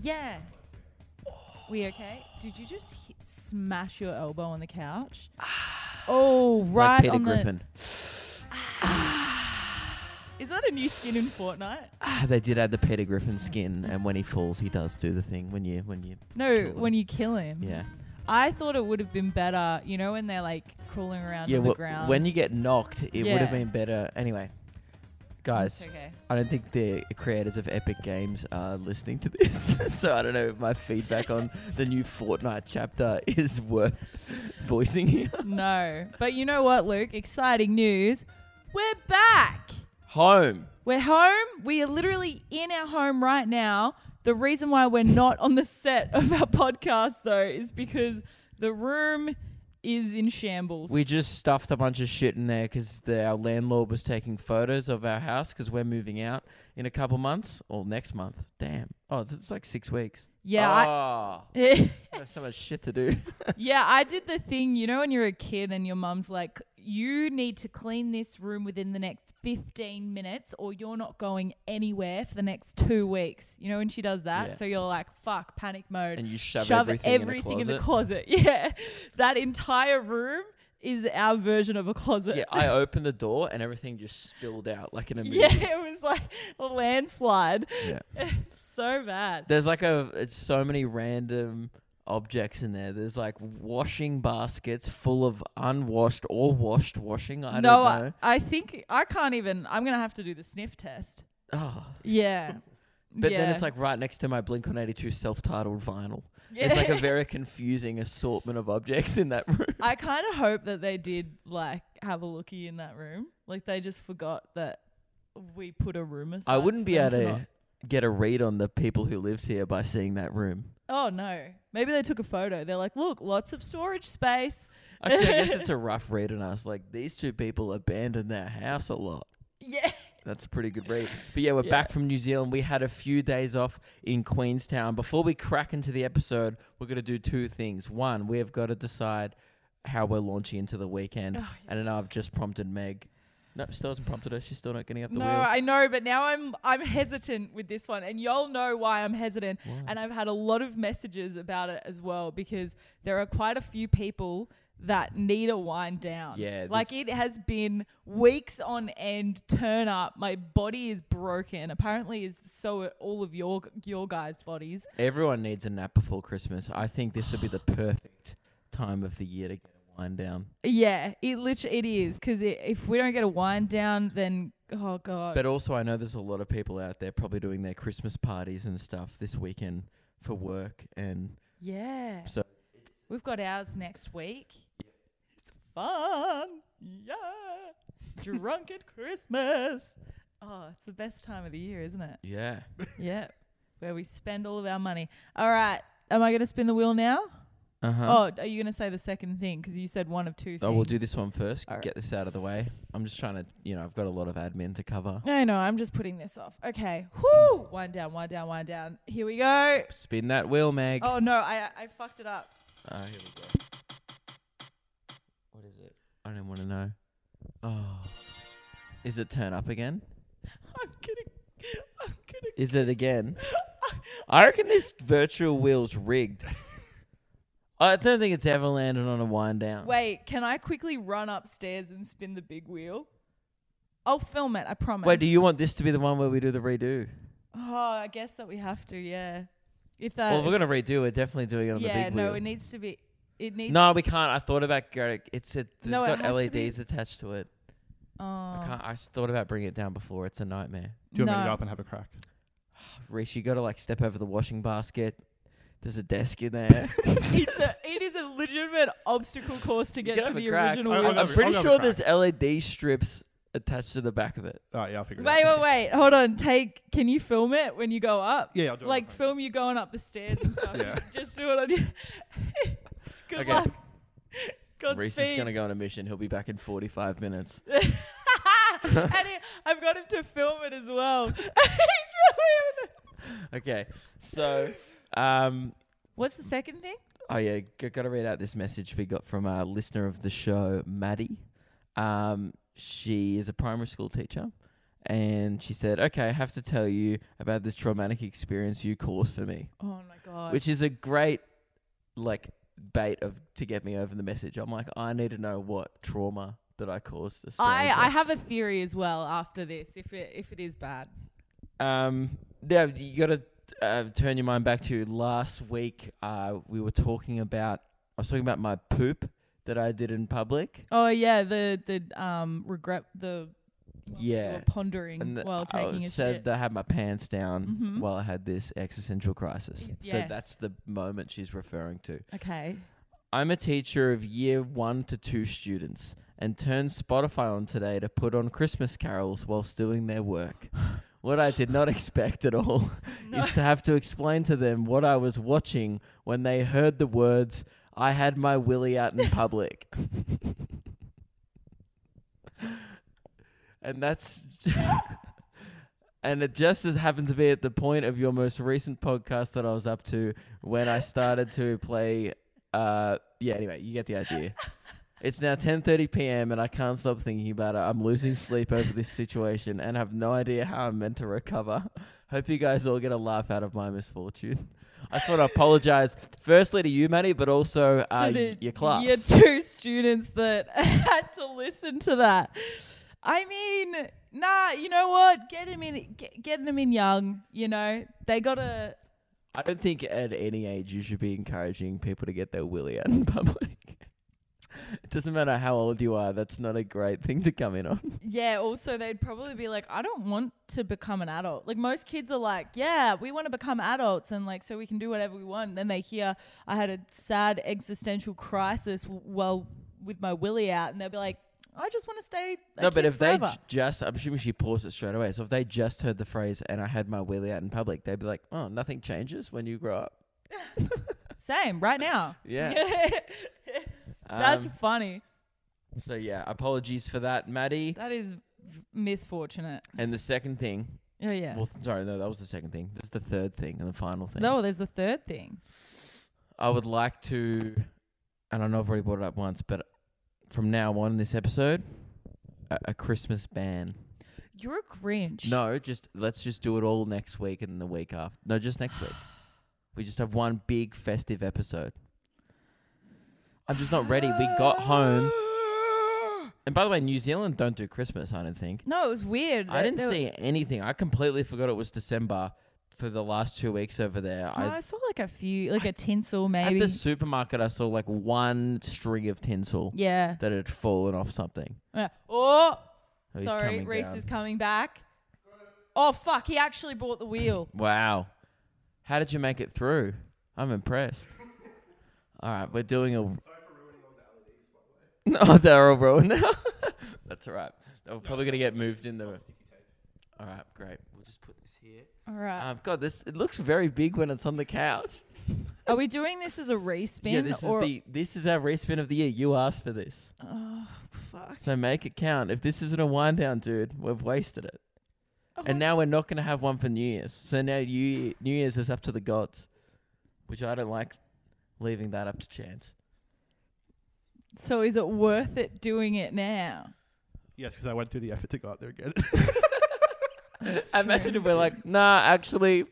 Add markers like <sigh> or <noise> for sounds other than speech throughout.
Yeah. We okay? Did you just hit, smash your elbow on the <sighs> couch? oh, right like Peter on Griffin. <sighs> the. <sighs> Is that a new skin in <sighs> Fortnite? Ah, they did add the Peter Griffin skin, and when he falls, he does do the thing. When you, when you, No, Kill him. when you kill him. yeah, I thought it would have been better, you know, when they're like crawling around yeah. on wh- the ground. when you get knocked, it would Yeah. have been better. Anyway, guys, It's okay. I don't think the creators of Epic Games are listening to this, <laughs> so I don't know if my feedback on the new Fortnite chapter <laughs> is worth <laughs> voicing here. no. But you know what, Luke? Exciting news. We're back. Home. We're home. We are literally in our home right now. The reason why we're not on the set of our podcast, though, is because the room is in shambles. We just stuffed a bunch of shit in there because the, our landlord was taking photos of our house because we're moving out in a couple months or next month. Damn. Oh, it's, it's like six weeks. yeah, <laughs> Oh, I, I have so much shit to do. <laughs> yeah. I did the thing, you know, when you're a kid and your mum's like, "You need to clean this room within the next 15 minutes, or you're not going anywhere for the next two weeks." You know, when she does that, Yeah. so you're like, "Fuck, panic mode." and you shove, shove everything, everything in in, the closet. the closet. <laughs> Yeah. That entire room is our version of a closet. yeah, I opened the door and everything just spilled out like in a <laughs> Yeah, it was like a landslide. <laughs> Yeah. so bad. <laughs> There's like a it's so many random objects in there. There's like washing baskets full of unwashed or washed washing. no, I don't know. I, I think I can't even. I'm going to have to do the sniff test. oh. Yeah. <laughs> <laughs> But then Yeah. <laughs> it's like right next to my Blink 182 self titled vinyl. yeah. It's <laughs> like a very confusing assortment of objects in that <laughs> room. I kind of hope that they did like have a lookie in that room. Like they just forgot that we put a room aside. I wouldn't be for able them to to not- get a read on the people who lived here by seeing that room. Oh no. Maybe they took a photo. They're like, "Look, lots of storage space." <laughs> Actually, I guess it's a rough read on us. Like, these two people abandoned their house a lot. Yeah. That's a pretty good <laughs> read. But yeah, we're Yeah. back from New Zealand. We had a few days off in Queenstown. Before we crack into the episode, we're going to do two things. One, we have got to decide how we're launching into the weekend. Oh, And I know I've just prompted Meg. No, she still hasn't prompted her. She's still not getting up the No, wheel. I know, but now I'm I'm hesitant with this one, and y'all know why I'm hesitant. Why? And I've had a lot of messages about it as well because there are quite a few people that need a wind down. Yeah, like this- it has been weeks on end. Turn up, my body is broken. Apparently, is so are all of your your guys' bodies. Everyone needs a nap before Christmas. I think this would <sighs> be the perfect time of the year to get a wind down. Yeah, it literally it is because if we don't get a wind down, then oh god. But also, I know there's a lot of people out there probably doing their Christmas parties and stuff this weekend for work. And Yeah. So- we've got ours next week. It's fun. Yeah. Drunk at Christmas. Oh, it's the best time of the year, isn't it? yeah. Yeah. <laughs> Where we spend all of our money. All right. Am I going to spin the wheel now? Uh huh. Oh, are you going to say the second thing? 'Cause you said one of two things. Oh, we'll do this one first. All right. Get this out of the way. I'm just trying to, you know, I've got a lot of admin to cover. No, no, I'm just putting this off. Okay. Whoo! Wind down, wind down, wind down. Here we go. Spin that wheel, Meg. Oh, no, I, I fucked it up. Ah, here we go. What is it? I don't want to know. Oh, is it turn up again? I'm kidding. I'm kidding. <laughs> Is it again? I reckon this virtual wheel's rigged. I don't think it's ever landed on a wind down. Wait, can I quickly run upstairs and spin the big wheel? I'll film it, I promise. Wait, do you want this to be the one where we do the redo? Oh, I guess that we have to, yeah. If that Well, if we're gonna redo. We're definitely doing it on Yeah, the big no, wheel. it needs to be it needs No, we can't. I thought about go- it's it. It's No, it got has to LEDs be- attached to it. oh. I can't. I s- thought about bringing it down before. It's a nightmare. Do you want me to No. go up and have a crack? Reese, you got to like step over the washing basket. There's a desk <laughs> in there. <laughs> it's a, it is a legitimate obstacle course to get can to have a the crack. original I- wheel. I'll I'm go- pretty I'll go sure crack. there's LED strips attached to the back of it. All right, yeah, I'll figure it Wait, out. wait, wait. Hold on. Take can you film it when you go up? Yeah, I'll do it on Like my phone. film you going up the stairs and stuff. <laughs> Yeah. Just do <laughs> it on your Good Okay. luck. Reese Godspeed. is gonna go on a mission. He'll be back in 45 minutes. <laughs> <laughs> and he- I've got him to film it as well. <laughs> He's really Okay, so um, What's the second thing? Oh yeah, g- gotta read out this message we got from a listener of the show, Maddie. Um, she is a primary school teacher, and she said, "Okay, I have to tell you about this traumatic experience you caused for me. Oh which is a great like bait of to get me over the message. I'm like, I need to know what trauma that I caused. A I, I stranger. have a theory as well after this, if it if it is bad. um now you got to uh, turn your mind back to last week. Uh, we were talking about I was talking about my poop that I did in public. Oh yeah, the the um regret the you Yeah. were pondering th- while I taking a said shit. that I had my pants down Mhm. while I had this existential crisis. Y- So yes. that's the moment she's referring to. okay. I'm a teacher of year one to two students and turned Spotify on today to put on Christmas carols whilst doing their work. What I did not expect at all is to have to explain to them what I was watching when they heard the words, I had my willy out in public. and that's. <laughs> And it just as happened to be at the point of your most recent podcast that I was up to when I started to play. Uh, yeah, anyway, you get the idea. It's now 10:30 p.m. and I can't stop thinking about it. I'm losing sleep over this situation and have no idea how I'm meant to recover. Hope you guys all get a laugh out of my misfortune. I just want to apologize firstly to you, Maddie, but also uh, to the your class. year two students that <laughs> had to listen to that. I mean, nah, you know what? Get him in, get, getting him in young. You know, they gotta. I don't think at any age you should be encouraging people to get their willy out in <laughs> public. it doesn't matter how old you are, that's not a great thing to come in on. Yeah. Also, they'd probably be like, I don't want to become an adult. Like most kids are like, yeah, we want to become adults and like so we can do whatever we want. Then they hear I had a sad existential crisis w- while with my willy out, and they'll be like, I just want to stay. a no, but kid if they forever. j- just, I'm assuming she paused it straight away. So if they just heard the phrase, and I had my willy out in public, they'd be like, oh, nothing changes when you grow up. same right now. <laughs> Yeah. <laughs> That's Um, funny. so yeah, apologies for that, Maddie. That is v- misfortunate. And the second thing, Oh yeah. well, th- sorry, no, that was the second thing. This is the third thing and the final thing. No, there's the third thing. I would like to, and I know I've already brought it up once, but from now on in this episode, a, a Christmas ban. You're a Grinch. No, just let's just do it all next week and the week after. No, just next week. We just have one big festive episode. I'm just not ready. We got home, and by the way, New Zealand don't do Christmas. I don't think. <gasps> No, it was weird. I They- didn't they were- see anything. I completely forgot it was December for the last two weeks over there. No, I, I saw like a few, like a tinsel maybe. at the supermarket, I saw like one string of tinsel. yeah. that had fallen off something. Yeah. Oh, Oh, he's sorry. coming Reese down. is coming back. Oh fuck! He actually bought the wheel. <laughs> Wow. How did you make it through? I'm impressed. All right, we're doing a. <laughs> No, they're all ruined now. That's all right. They're probably going to get moved in the. All right, great. We'll just put this here. All right. Um, God, this it looks very big when it's on the couch. Are we doing this as a respin? Uh, yeah, this or is the this is our respin of the year. You asked for this, oh fuck. so make it count. If this isn't a wind down, dude, we've wasted it. Oh, And now we're not going to have one for New Year's. So now New, New Year's is up to the gods, which I don't like leaving that up to chance. so is it worth it doing it now? Yes, because I went through the effort to go out there again. Imagine if we're like, nah, actually,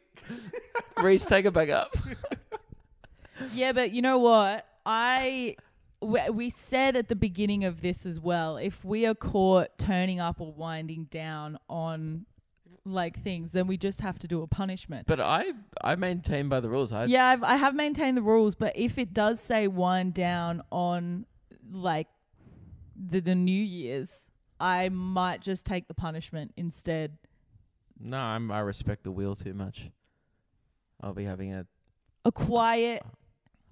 Reese, take it back up. Yeah, but you know what? I we, we said at the beginning of this as well. If we are caught turning up or winding down on like things, then we just have to do a punishment. But I, I maintain by the rules. I, yeah, I've, I have maintained the rules, but if it does say wind down on like the, the New Year's, I might just take the punishment instead. No, I'm, I respect the wheel too much. I'll be having a A quiet Hot-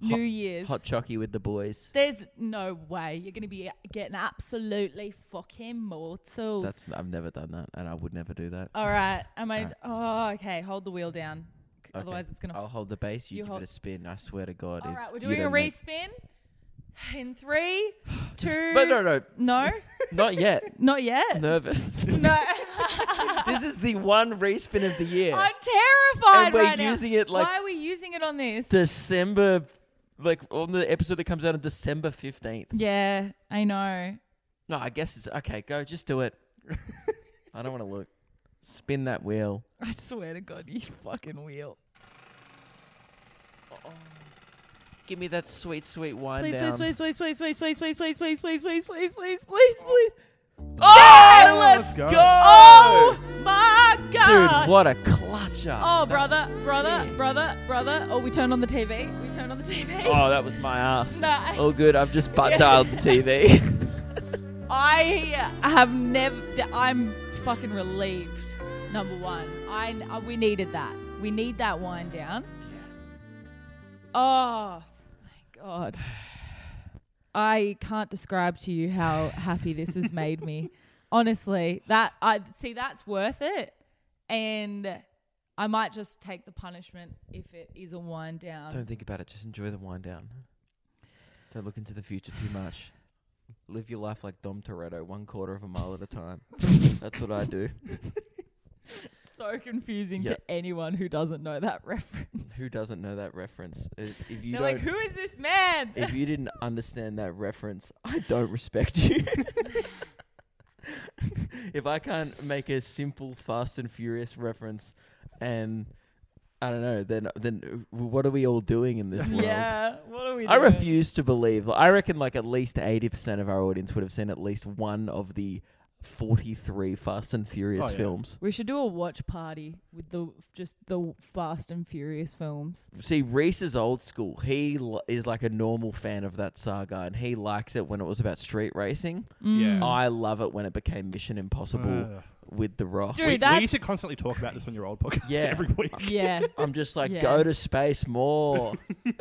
New Year's. hot chockey with the boys. There's no way you're going to be getting absolutely fucking mortal. That's I've never done that, and I would never do that. All right. Am I? All right. Oh, okay. Hold the wheel down. C- Okay. Otherwise, it's gonna. I'll F- hold the base. You, you give hold- it a spin. I swear to God. All if right, we're you doing a don't <laughs> make- respin. In three, two. But no, no, <laughs> No, <laughs> not yet. not yet. Nervous. No. <laughs> this is the one respin of the year. I'm terrified And we're right now. using it like- Why are we using it on this? December, like on the episode that comes out on December 15th. yeah, I know. No, I guess it's okay. Go, just do it. <laughs> I don't want to look. Spin that wheel. I swear to God, you fucking wheel. oh. Give me that sweet, sweet wine Please, down. please, please, please, please, please, please, please, please, please, please, please, please, please, please, please. Oh, Oh, let's let's go. go. Oh my god. Dude, what a clutcher. Oh, That brother, was brother, sick. brother, brother. Oh, we turned on the TV. We turned on the TV. Oh, that was my ass. Nah. All good. I've just <laughs> butt Yeah. dialed the <laughs> TV. I have never. I'm fucking relieved. Number one, I uh, we needed that. We need that wind down. Oh, my god. I can't describe to you how happy this has made <laughs> me. Honestly, that I see that's worth it, and I might just take the punishment if it is a wind down. Don't think about it. Just enjoy the wine down. Don't look into the future too much. Live your life like Dom Toretto, one quarter of a mile at a time. That's what I <laughs> do. so confusing Yeah. to anyone who doesn't know that reference. Who doesn't know that reference? I- If you They're don't, like, who is this man? if <laughs> you didn't understand that reference, I don't respect you. <laughs> if I can't make a simple Fast and Furious reference, and I don't know, then then uh, what are we all doing in this world? <laughs> yeah, what are we? I doing? refuse to believe. Like, I reckon like at least eighty percent of our audience would have seen at least one of the forty-three Fast and Furious Oh, yeah. films. We should do a watch party with the just the Fast and Furious films. See, Reese is old school. He l- is like a normal fan of that saga, and he likes it when it was about street racing. Yeah. Mm. I love it when it became Mission Impossible Mm. <laughs> Uh, with The Rock. Dude, we, we that's- used to constantly talk about this on your old podcast <laughs> Yeah. every week. Oh. yeah. I'm just like, Yeah. go to space <laughs> more. <laughs>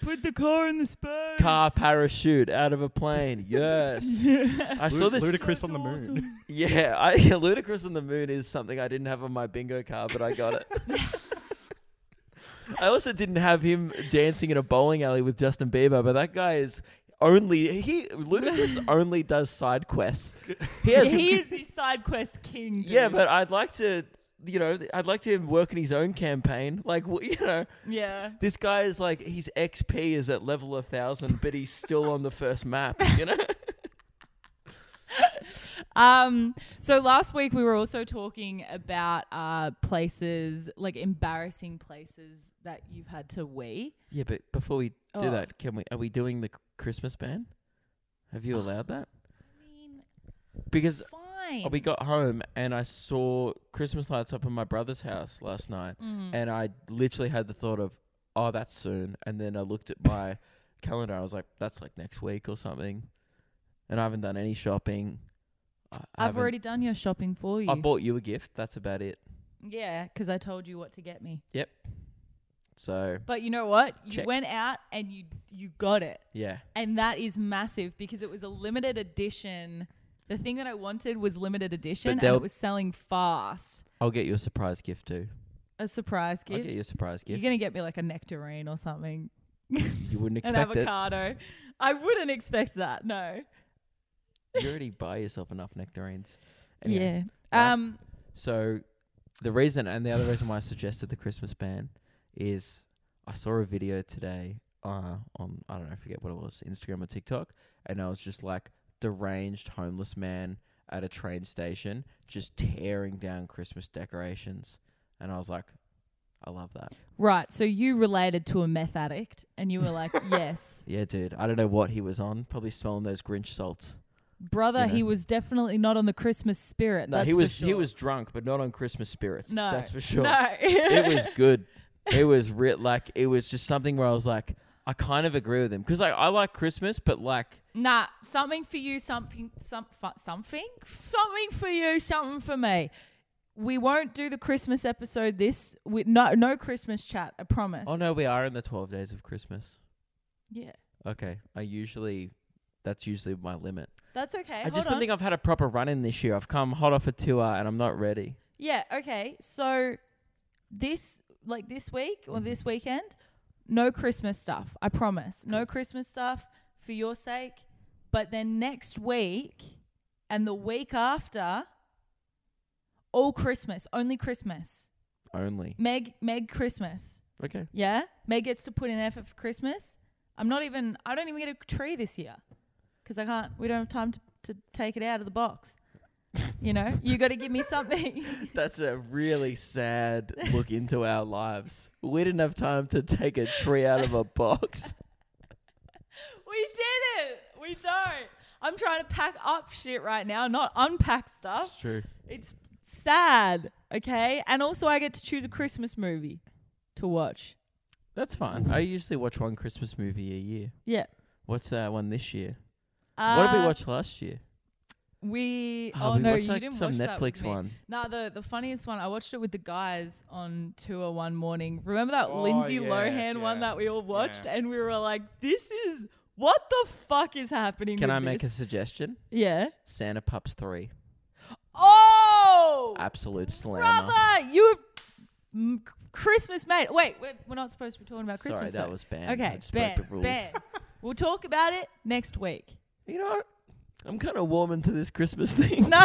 Put the car in the space. Car parachute out of a plane. <laughs> Yes. I saw Lu- this. Ludacris on the moon. Yeah, I, <laughs> Ludacris on the Moon is something I didn't have on my bingo card, but I <laughs> got it. I also didn't have him dancing in a bowling alley with Justin Bieber, but that guy is only he <laughs> Ludacris only does side quests. He has he is the side quest king. Dude. <laughs> Yeah, but I'd like to you know, I'd like to work in his own campaign. Like, wh- <laughs> you know, yeah. this guy is like his XP is at level a thousand, but he's still on the first map. You know, Um, so last week we were also talking about uh, places like embarrassing places that you've had to wee. Yeah, but before we do Oh. that, can we? Are we doing the c- Christmas ban? Have Oh. you allowed that? I mean, Because fine. we got home and I saw Christmas lights up in my brother's house last night, Mm. and I literally had the thought of, "Oh, that's soon." And then I looked at <laughs> my calendar. I was like, "That's like next week or something," and I haven't done any shopping. I, I I've haven't- already done your shopping for you. I bought you a gift. That's about it. Yeah, 'cause I told you what to get me. So But you know what? You Check. went out and you you got it. yeah, And that is massive because it was a limited edition. The thing that I wanted was limited edition and they'll- it was selling fast. I'll get you a surprise gift too. A surprise I'll gift. get you a surprise You're gift. going to get me like a nectarine or something. you wouldn't An expect it. avocado. I wouldn't expect that. No. You already buy yourself enough nectarines. Anyway, yeah. Right. Um So the reason and the other reason why I suggested the Christmas ban is I saw a video today uh, on I don't know, I forget what it was, Instagram or TikTok, and I was just like deranged homeless man at a train station just tearing down Christmas decorations, and I was like, I love that. right, so you related to a meth addict and you were like, <laughs> "Yes. Yeah, dude. I don't know what he was on. Probably smelling those Grinch salts. Brother, You know? he was definitely not on the Christmas spirit." No, that's he for was he sure. was drunk, but not on Christmas spirits. No. that's for sure. No. it <laughs> was good. It was re- like it was just something where I was like, I kind of agree with him because like I like Christmas, but like Nah, something for you, something, some, fu- something, something for you, something for me. We won't do the Christmas episode this. We, no, no Christmas chat. I promise. oh no, we are in the twelve days of Christmas. Yeah, Okay, I usually that's usually my limit. that's okay. I Hold just on. don't think I've had a proper run in this year. I've come hot off a tour and I'm not ready. yeah. Okay. So this, like this week Mm-hmm. or this weekend, no Christmas stuff. I promise. No Cool. Christmas stuff for your sake. But then next week and the week after, all Christmas, only Christmas. Only Meg, Meg, Christmas. okay. Yeah, May gets to put in effort for Christmas. I'm not even. I don't even get a tree this year because I can't. We don't have time to, to take it out of the box. You know, you got to give me something. <laughs> <laughs> That's a really sad look into our lives. We didn't have time to take a tree out <laughs> of a box. we did it. We don't. I'm trying to pack up shit right now, not unpack stuff. true. It's sad, okay? And also, I get to choose a Christmas movie to watch. That's fine. I usually watch one Christmas movie a year. Yeah. What's that one this year? what did we Uh, watch last year? We Oh, oh, we no, watched you like didn't some watch that with Netflix me. <laughs> one. Nah, the the funniest one I watched it with the guys on tour one morning. Remember that Oh, Lindsay yeah, Lohan one yeah, that we all watched, yeah. and we were like, "This is what the fuck is happening." Can with I make a this? suggestion? Yeah. Santa Pups 3. Oh, Absolute slammer. brother, you have mm, Christmas mate. Wait, we're, we're not supposed to be talking about Sorry, Christmas. that though. was bad. I okay. just Ben, broke the rules. <laughs> Ben, we'll talk about it next week. <laughs> You know, what? I'm kind of warming to this Christmas <laughs> thing. No.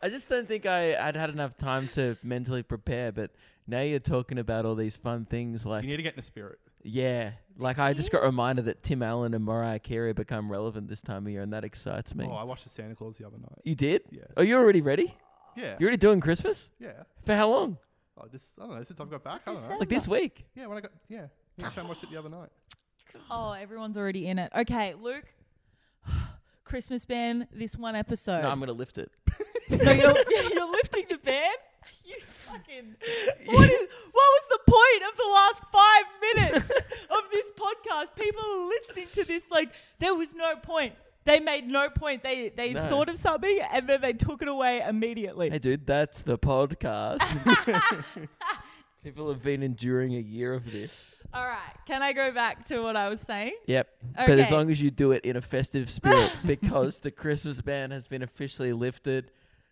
I just don't think I, I'd had enough time to mentally prepare, but now you're talking about all these fun things like, You need to get in the spirit. yeah, like I just got reminded that Tim Allen and Mariah Carey become relevant this time of year, and that excites me. Oh, I watched the Santa Claus the other night. you did? Yeah. Oh, you're already ready? Yeah. You're already doing Christmas? yeah. For how long? Oh, just, I don't know. Since I've got back, I don't know. December. Like this week? Yeah, when I got, yeah. Me and Shane watched it the other night. Oh, everyone's already in it. Okay, Luke. <sighs> Christmas ban this one episode. No, I'm going to lift <laughs> it. so you're, you're <laughs> lifting the ban? <laughs> You fucking. What, <laughs> is, what was the point of the last five minutes <laughs> of this podcast? People are listening to this like there was no point. They made no point. They they No. thought of something and then they took it away immediately. Hey, dude, that's the podcast. <laughs> People have been enduring a year of this. All right, can I go back to what I was saying? Yep. But as Okay. long as you do it in a <laughs> festive spirit, because the Christmas ban has been officially lifted.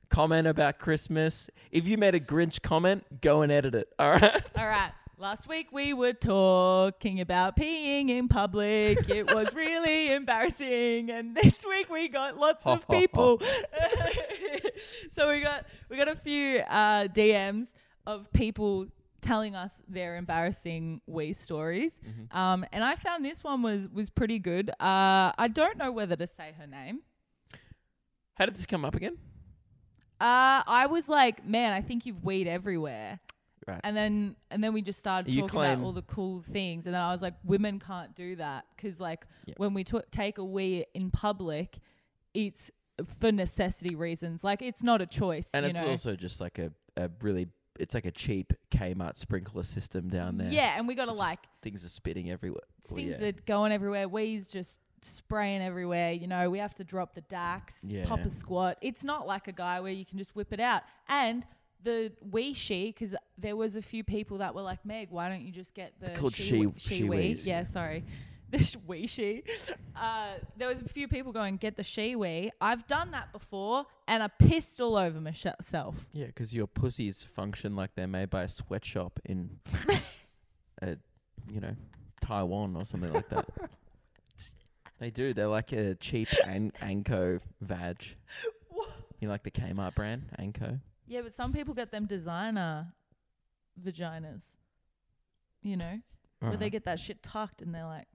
Comment about Christmas. If you made a Grinch comment, go and edit it. All right. All right. Last week we were talking about peeing in public. It was really embarrassing, and this week we got lots of people. <laughs> so we got we got a few uh, DMs of people telling us their embarrassing wee stories, Mm-hmm. um, and I found this one was was pretty good. Uh, I don't know whether to say her name. How did this come up again? Uh, I was like, man, I think you've weed everywhere. Right. And then and then we just started You talking claim- about all the cool things, and then I was like, women can't do that because like Yep. when we t- take a wee in public, it's for necessity reasons. Like it's not a choice. And you it's know? also just like a, a really, it's like a cheap Kmart sprinkler system down there. yeah, and we It's gotta just- like Things are spitting everywhere. Well, things yeah. are going everywhere. Wee's just spraying everywhere. You know, we have to drop the dax, Yeah. pop a squat. It's not like a guy where you can just whip it out. And the wee she, because there was a few people that were like, Meg, why don't you just get the called she she- wee- she, she wee? wees, Yeah, yeah. sorry. <laughs> This wee she. Uh, there was a few people going, get the she wee. I've done that before, and I pissed all over myself. Yeah, because your pussies function like they're made by a sweatshop <laughs> in, a, you know, Taiwan or something like that. <laughs> they do. They're like a cheap an- Anko vag. You like the Kmart brand, Anko? Yeah, but some people get them designer vaginas. You know? where they Alright. get that shit tucked and they're like,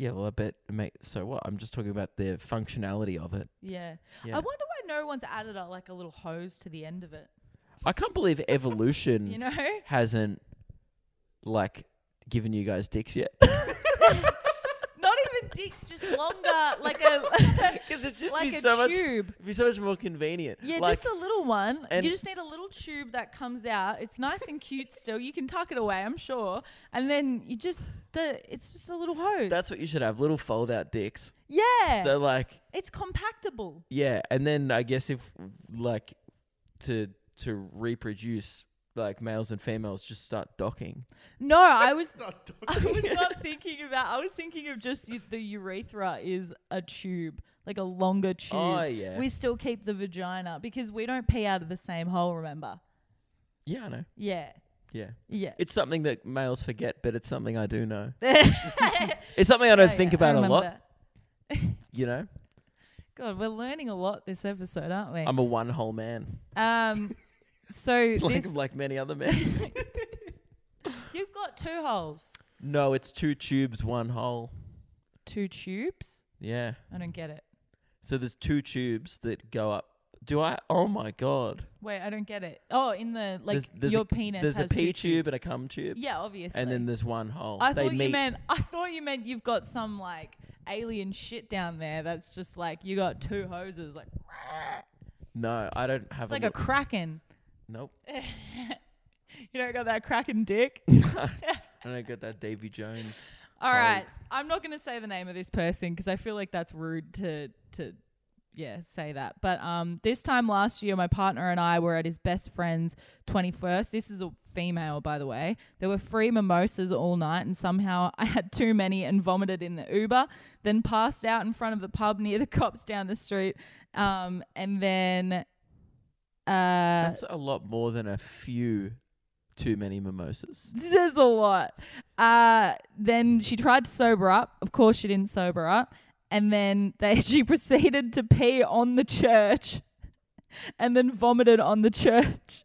yeah, well, I bet. Mate, so what? I'm just talking about the functionality of it. yeah. I Yeah. wonder why no one's added a, like a little hose to the end of it. I can't believe <laughs> evolution You know? hasn't, like, given you guys <laughs> dicks yet. <laughs> Not even dicks, just longer, like a Because it's <laughs> just like be a so much. tube. Be so much more convenient. Yeah, Like, just a little one. and- you just need a little tube that comes out. It's nice and cute still. You can tuck it away, I'm sure. And then you just the it's just a little hose. That's what you should have little fold out dicks. yeah. So like it's compactable. yeah, and then I guess if like to to reproduce like males and females just start docking. No, I <laughs> was <laughs> Stop talking. I was not thinking about. I was thinking of just u- the urethra is a tube, like a longer tube. Oh, yeah. We still keep the vagina because we don't pee out of the same hole. Remember? Yeah, I know. Yeah, Yeah. <laughs> yeah. It's something that males forget, but it's something I do know. Oh, I It's something I <laughs> don't think about a lot, That. you know? God, we're learning a lot this episode, aren't we? I'm a one hole man. <laughs> um, so Like this like many other men. <laughs> you've got two holes, no, it's two tubes, one hole. two tubes. Yeah. I don't get it. So there's two tubes that go up. Do I? Oh my god! Wait, I don't get it. Oh, in the like There's- there's a- your penis. There's a has two pee tube tubes. and a cum tube, yeah, obviously. and then there's one hole. I they thought meet. you meant I thought you meant you've got some like alien shit down there that's just like you got two hoses like no, I don't have it's like a a. look. kraken. <laughs> nope. <laughs> You don't got that kraken dick. I don't get that Davy Jones. All Oh. right, I'm not going to say the name of this person because I feel like that's rude to to yeah say that. But um, this time last year, my partner and I were at his best friend's 21st. This is a female, by the way. There were free mimosas all night, and somehow <laughs> I had too many and vomited in the Uber. Then passed out in front of the pub near the <laughs> cops down the street. Um, and then uh, That's a lot more than a few too many mimosas. <laughs> This is a lot. Uh, then she tried to sober up. Of course, she didn't sober up. And then they, <laughs> she proceeded to pee on the church and then vomited on the church. <laughs>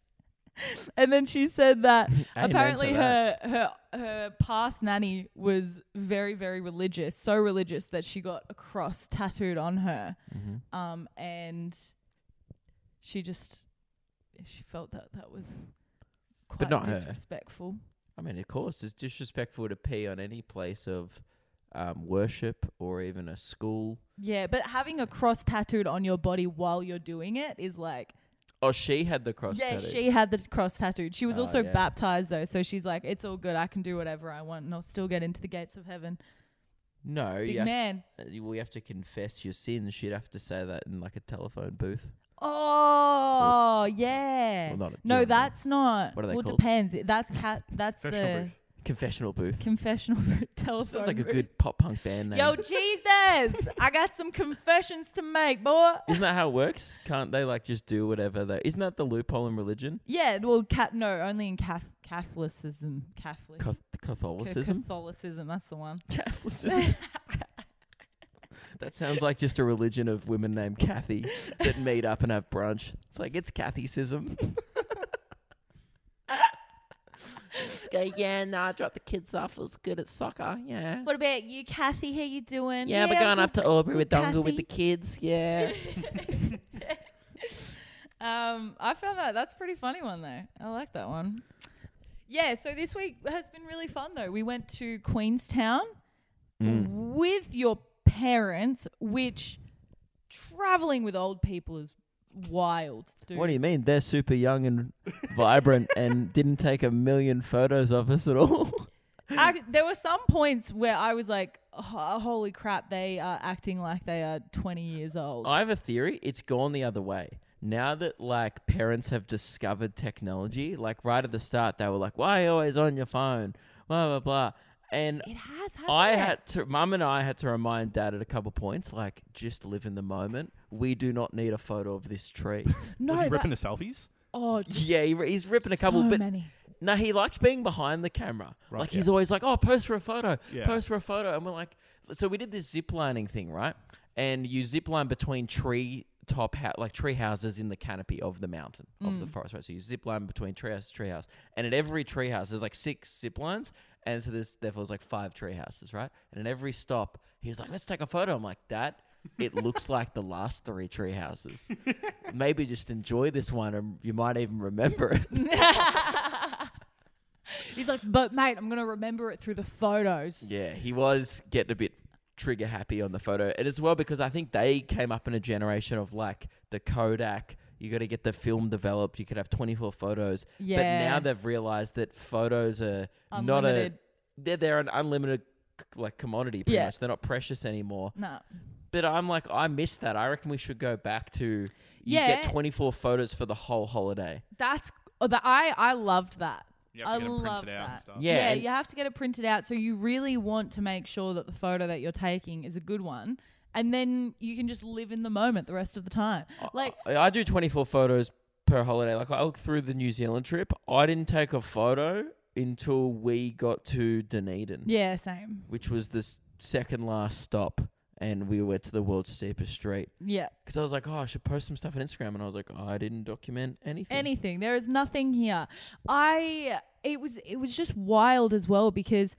And then she said that Amen to apparently that. her, her her past nanny was very very religious, so religious that she got a cross tattooed on her, Mhm. um, and she just she felt that that was quite not her. disrespectful. I mean, of course, it's disrespectful to pee on any place of um, worship or even a school. Yeah, but having a cross tattooed on your body while you're doing it is like Oh, she had the cross Yeah, tattoo. she had the cross tattooed. She was Oh, also yeah. baptized though, so she's like, It's all good, I can do whatever I want and I'll still get into the gates of heaven. Oh, No, Big you have, man. uh, you- well, you have to confess your sins. You'd have to say that in like a telephone booth. Oh yeah. Well, not a- you know what I no, mean. that's not What are they well called? depends. That's <laughs> cat that's the booth. confessional booth. confessional <laughs> telephone. Sounds like a booth. good pop punk band name. Yo, Jesus, I got some confessions to make, boy. Isn't that how it works? Can't they like just do whatever they? Isn't that the loophole in religion? Yeah, well, cat no, only in Cath- Catholicism, Catholic. Cath- Catholicism. Catholicism, that's the one. <laughs> Catholicism. that sounds like just a religion of women named Kathy that meet up and have brunch. It's like it's Kathycism. <laughs> go yeah, nah. Drop the kids off. It was good at soccer. Yeah. What about you, Kathy? How you doing? Yeah, we're going up to Aubrey with Dongle with Kathy. the kids. Yeah. Um, I found that that's a pretty funny one though. I like that one. Yeah, so this week has been really fun though. We went to Queenstown Mm. with your parents, which traveling with old people is wild, dude. <laughs> What do you mean? They're super young and vibrant <laughs> and didn't take a million photos of us at all. I, there were some points where I was like, "Oh, holy crap, they are acting like they are 20 years old. <laughs> I have a theory. It's gone the other way. Now that like parents have discovered technology, like right at the start, they were like, "Why are you always on your phone?" Blah blah blah. And it has, hasn't I it? had to, mum and I had to remind dad at a couple points, like, just live in the moment. We do not need a photo of <laughs> this tree. no, Was he that- ripping the selfies? oh, yeah, he, he's <laughs> ripping a couple, so but many. No, he likes being behind the camera. Right, like he's yeah. always like, "Oh, post for a photo, Yeah. post for a photo," and we're like, "So we did this zip lining thing, right? And you zip line between tree top ha- like tree houses in the canopy of the mountain of the forest, right? So you zip line between tree house to tree house, and at every tree house there's like six zip lines, and so there's therefore there's like five tree houses, right? And at every stop, he was like, "Let's take a photo." I'm like, "That." It looks like the last three tree <laughs> houses. Maybe just enjoy this one and you might even remember it. <laughs> He's like, but mate, I'm gonna remember it through the photos. Yeah, he was getting a bit trigger happy on the photo. And as well because I think they came up in a generation of like the Kodak, you gotta get the film developed, you could have twenty four photos. But now Yeah. they've realized that photos are not a Unlimited. they're they're an unlimited c- like commodity pretty Yeah. much. They're not precious anymore. No. But I'm like, I miss that. I reckon we should go back to you get Yeah. twenty four photos for the whole holiday. That's oh, the, I I loved that. You I have to get 'em love printed out and that. stuff. Yeah, yeah, and- you have to get it printed out. So you really want to make sure that the photo that you're taking is a good one, and then you can just live in the moment the rest of the time. Uh, Like, I, I do 24 photos per holiday. Like I look through the New Zealand trip, I didn't take a photo until we got to Dunedin, yeah, same. which was the s- second last stop, and we went to the world's steepest street. Yeah, Because I was like, oh, I should post some stuff on Instagram, and I was like, I didn't document anything. anything. There is nothing here. I it was it was just wild as well because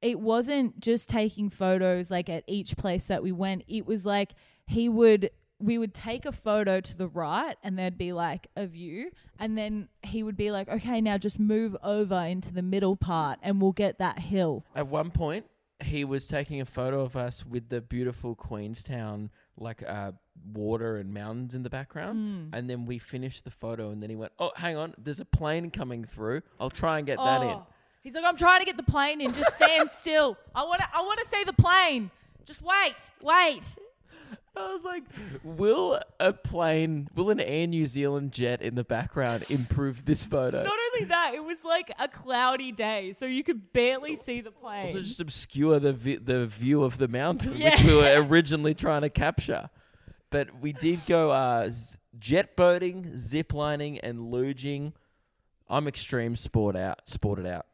it wasn't just taking photos like at each place that we went. It was like he would we would take a photo to the right and there'd be like a view and then he would be like okay now just move over into the middle part and we'll get that hill At one point, he was taking a photo of us with the beautiful Queenstown, like uh, water and mountains in the Mm. background. And then we finished the photo, and then he went, "Oh, hang on, there's a plane coming through. I'll try and get that in." Oh. he's like i'm trying to get the plane in just stand <laughs> still i want to i want to see the plane just wait wait I was like, "Will a plane, will an Air New Zealand jet in the background improve this photo?" not only that it was like a cloudy day so you could barely see the plane also, just obscure the vi- the view of the mountain which Yeah. <laughs> we were originally trying to capture. But we did go uh, z- jet boating, zip lining, and luging. I'm extreme sport out, sported out.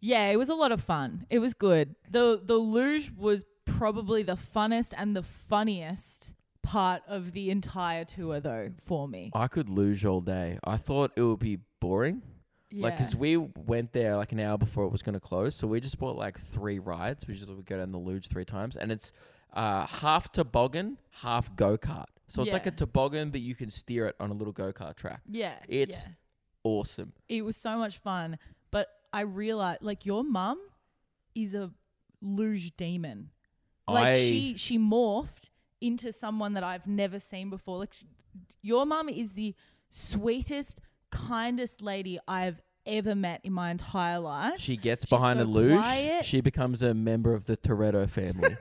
Yeah, it was a lot of fun. It was good. The the luge was probably the funnest and the funniest part of the entire tour though for me. I could luge all day. I thought it would be boring. Yeah. Like 'cause we went there like an hour before it was going to close, so we just bought like three rides. We just would go down the luge three times, and it's uh, half toboggan, half go kart. So it's like a Yeah. toboggan, but you can steer it on a little go kart track. yeah. It's yeah. awesome. It was so much fun, but I realized like your mum is a luge demon. Like I- she she morphed into someone that I've never seen before. Like sh your mum is the sweetest, kindest lady I've ever met in my entire life. <laughs> She gets She's behind so a luge. quiet. She becomes a member of the Toretto family.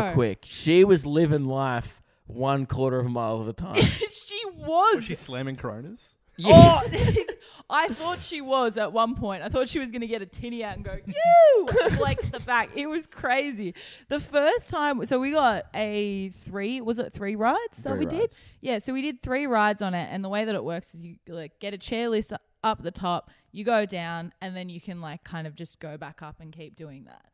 <laughs> Bro. quick. She was living life one quarter of a mile at <laughs> a time. she was. Was she slamming Coronas? Oh, <laughs> I thought she was at one point. I thought she was going to get a tinny out and go, you! <laughs> like the back. It was crazy. The first time, so we got a three, was it three rides that Three we did? rides. Yeah, so we did three rides on it. And the way that it works is you like get a chairlift up the top, you go down, and then you can like kind of just go back up and keep doing that.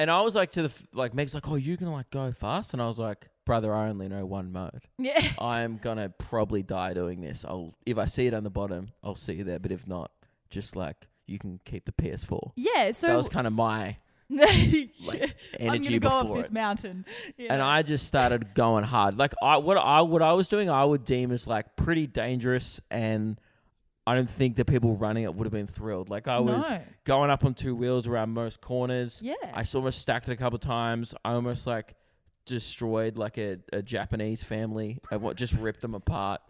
And I was like to the f- like Meg's like, "Oh, you gonna like go fast?" And I was like, "Brother, I only know one mode. Yeah. <laughs> I'm gonna probably die doing this. I'll if I see it on the bottom, I'll see you there. But if not, just like you can keep the PS4." Yeah, so that was kind of my <laughs> like, I'm gonna energy go off before this it. mountain. Yeah. and I just started going hard. Like I what I what I was doing, I would deem as like pretty dangerous, and I don't think the people running it would have been thrilled. Like I was No. going up on two wheels around most corners. Yeah. I s- almost stacked it a couple times. I almost like destroyed like a, a Japanese family. I what just ripped <laughs> them apart.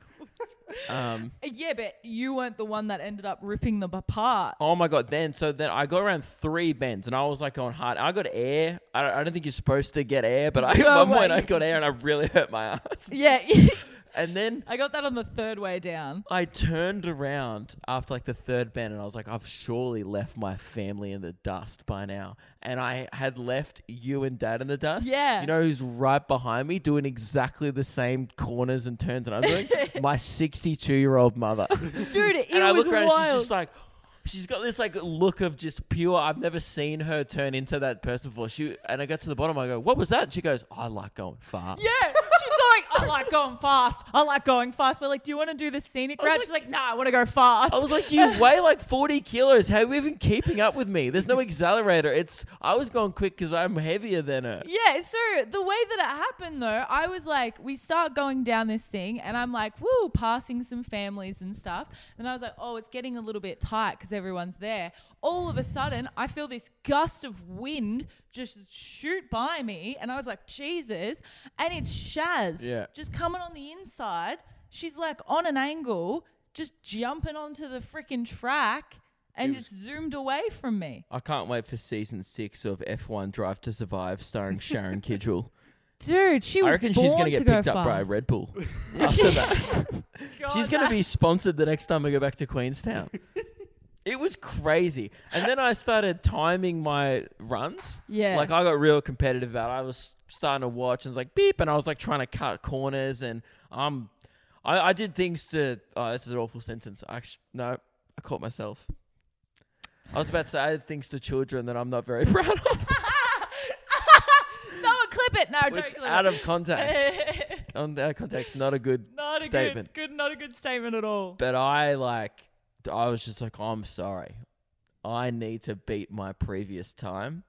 Um, Yeah, but you weren't the one that ended up ripping them apart. Oh my god! Then so then I got around three bends and I was like going hard. I got air. I don't, I don't think you're supposed to get air, but I, at No one point way. I got air and I really hurt <laughs> my ass. Yeah, And then I got that on the third way <laughs> down. I turned around after like the third bend and I was like, I've surely left my family in the dust by now. And I had left you and dad in the dust. Yeah. You know who's right behind me doing exactly the same corners and turns that I'm doing? <laughs> my 62 year old mother. Dude, it and I was look around and wild. she's just like, She's got this like look of just pure. I've never seen her turn into that person before. She and I got to the bottom. I go, "What was that?" And she goes, "I like going fast." yeah, she's going, I like going fast. I like going fast. We're like, do you want to do the scenic I was route? she's like, nah, I want to go fast. I was like, you weigh like 40 kilos. How are you even keeping up with me? There's no accelerator. It's I was going quick because I'm heavier than her. Yeah, so the way that it happened though, I was like, we start going down this thing, and I'm like, woo, passing some families and stuff. And I was like, oh, it's getting a little bit tight because everyone's there. All of a sudden, I feel this gust of wind just shoot by me, and I was like, Jesus. And it's Shaz Yeah. just coming on the inside. She's like on an angle, just jumping onto the freaking track and It was- just zoomed away from me. I can't wait for season six of F1 Drive to Survive, starring Sharon Kidgel. Dude, she was I reckon she's born gonna get go picked up by a fast. Red Bull after that. God, She's gonna be sponsored the next time I go back <laughs> to Queenstown. It was crazy. And then I started timing my runs. Yeah. Like I got real competitive about it. I was starting to watch and was like beep and I was like trying to cut corners and um I, I did things to oh this is an awful sentence. I sh- no, I caught myself. I was about to say I did things to children that I'm not very <laughs> proud of. Someone clip it. No, don't Which clip out it. <laughs> of context. on out of context, not a good not a statement. good, good, not a good statement at all. But I like, I was just like, I'm sorry. I need to beat my previous time.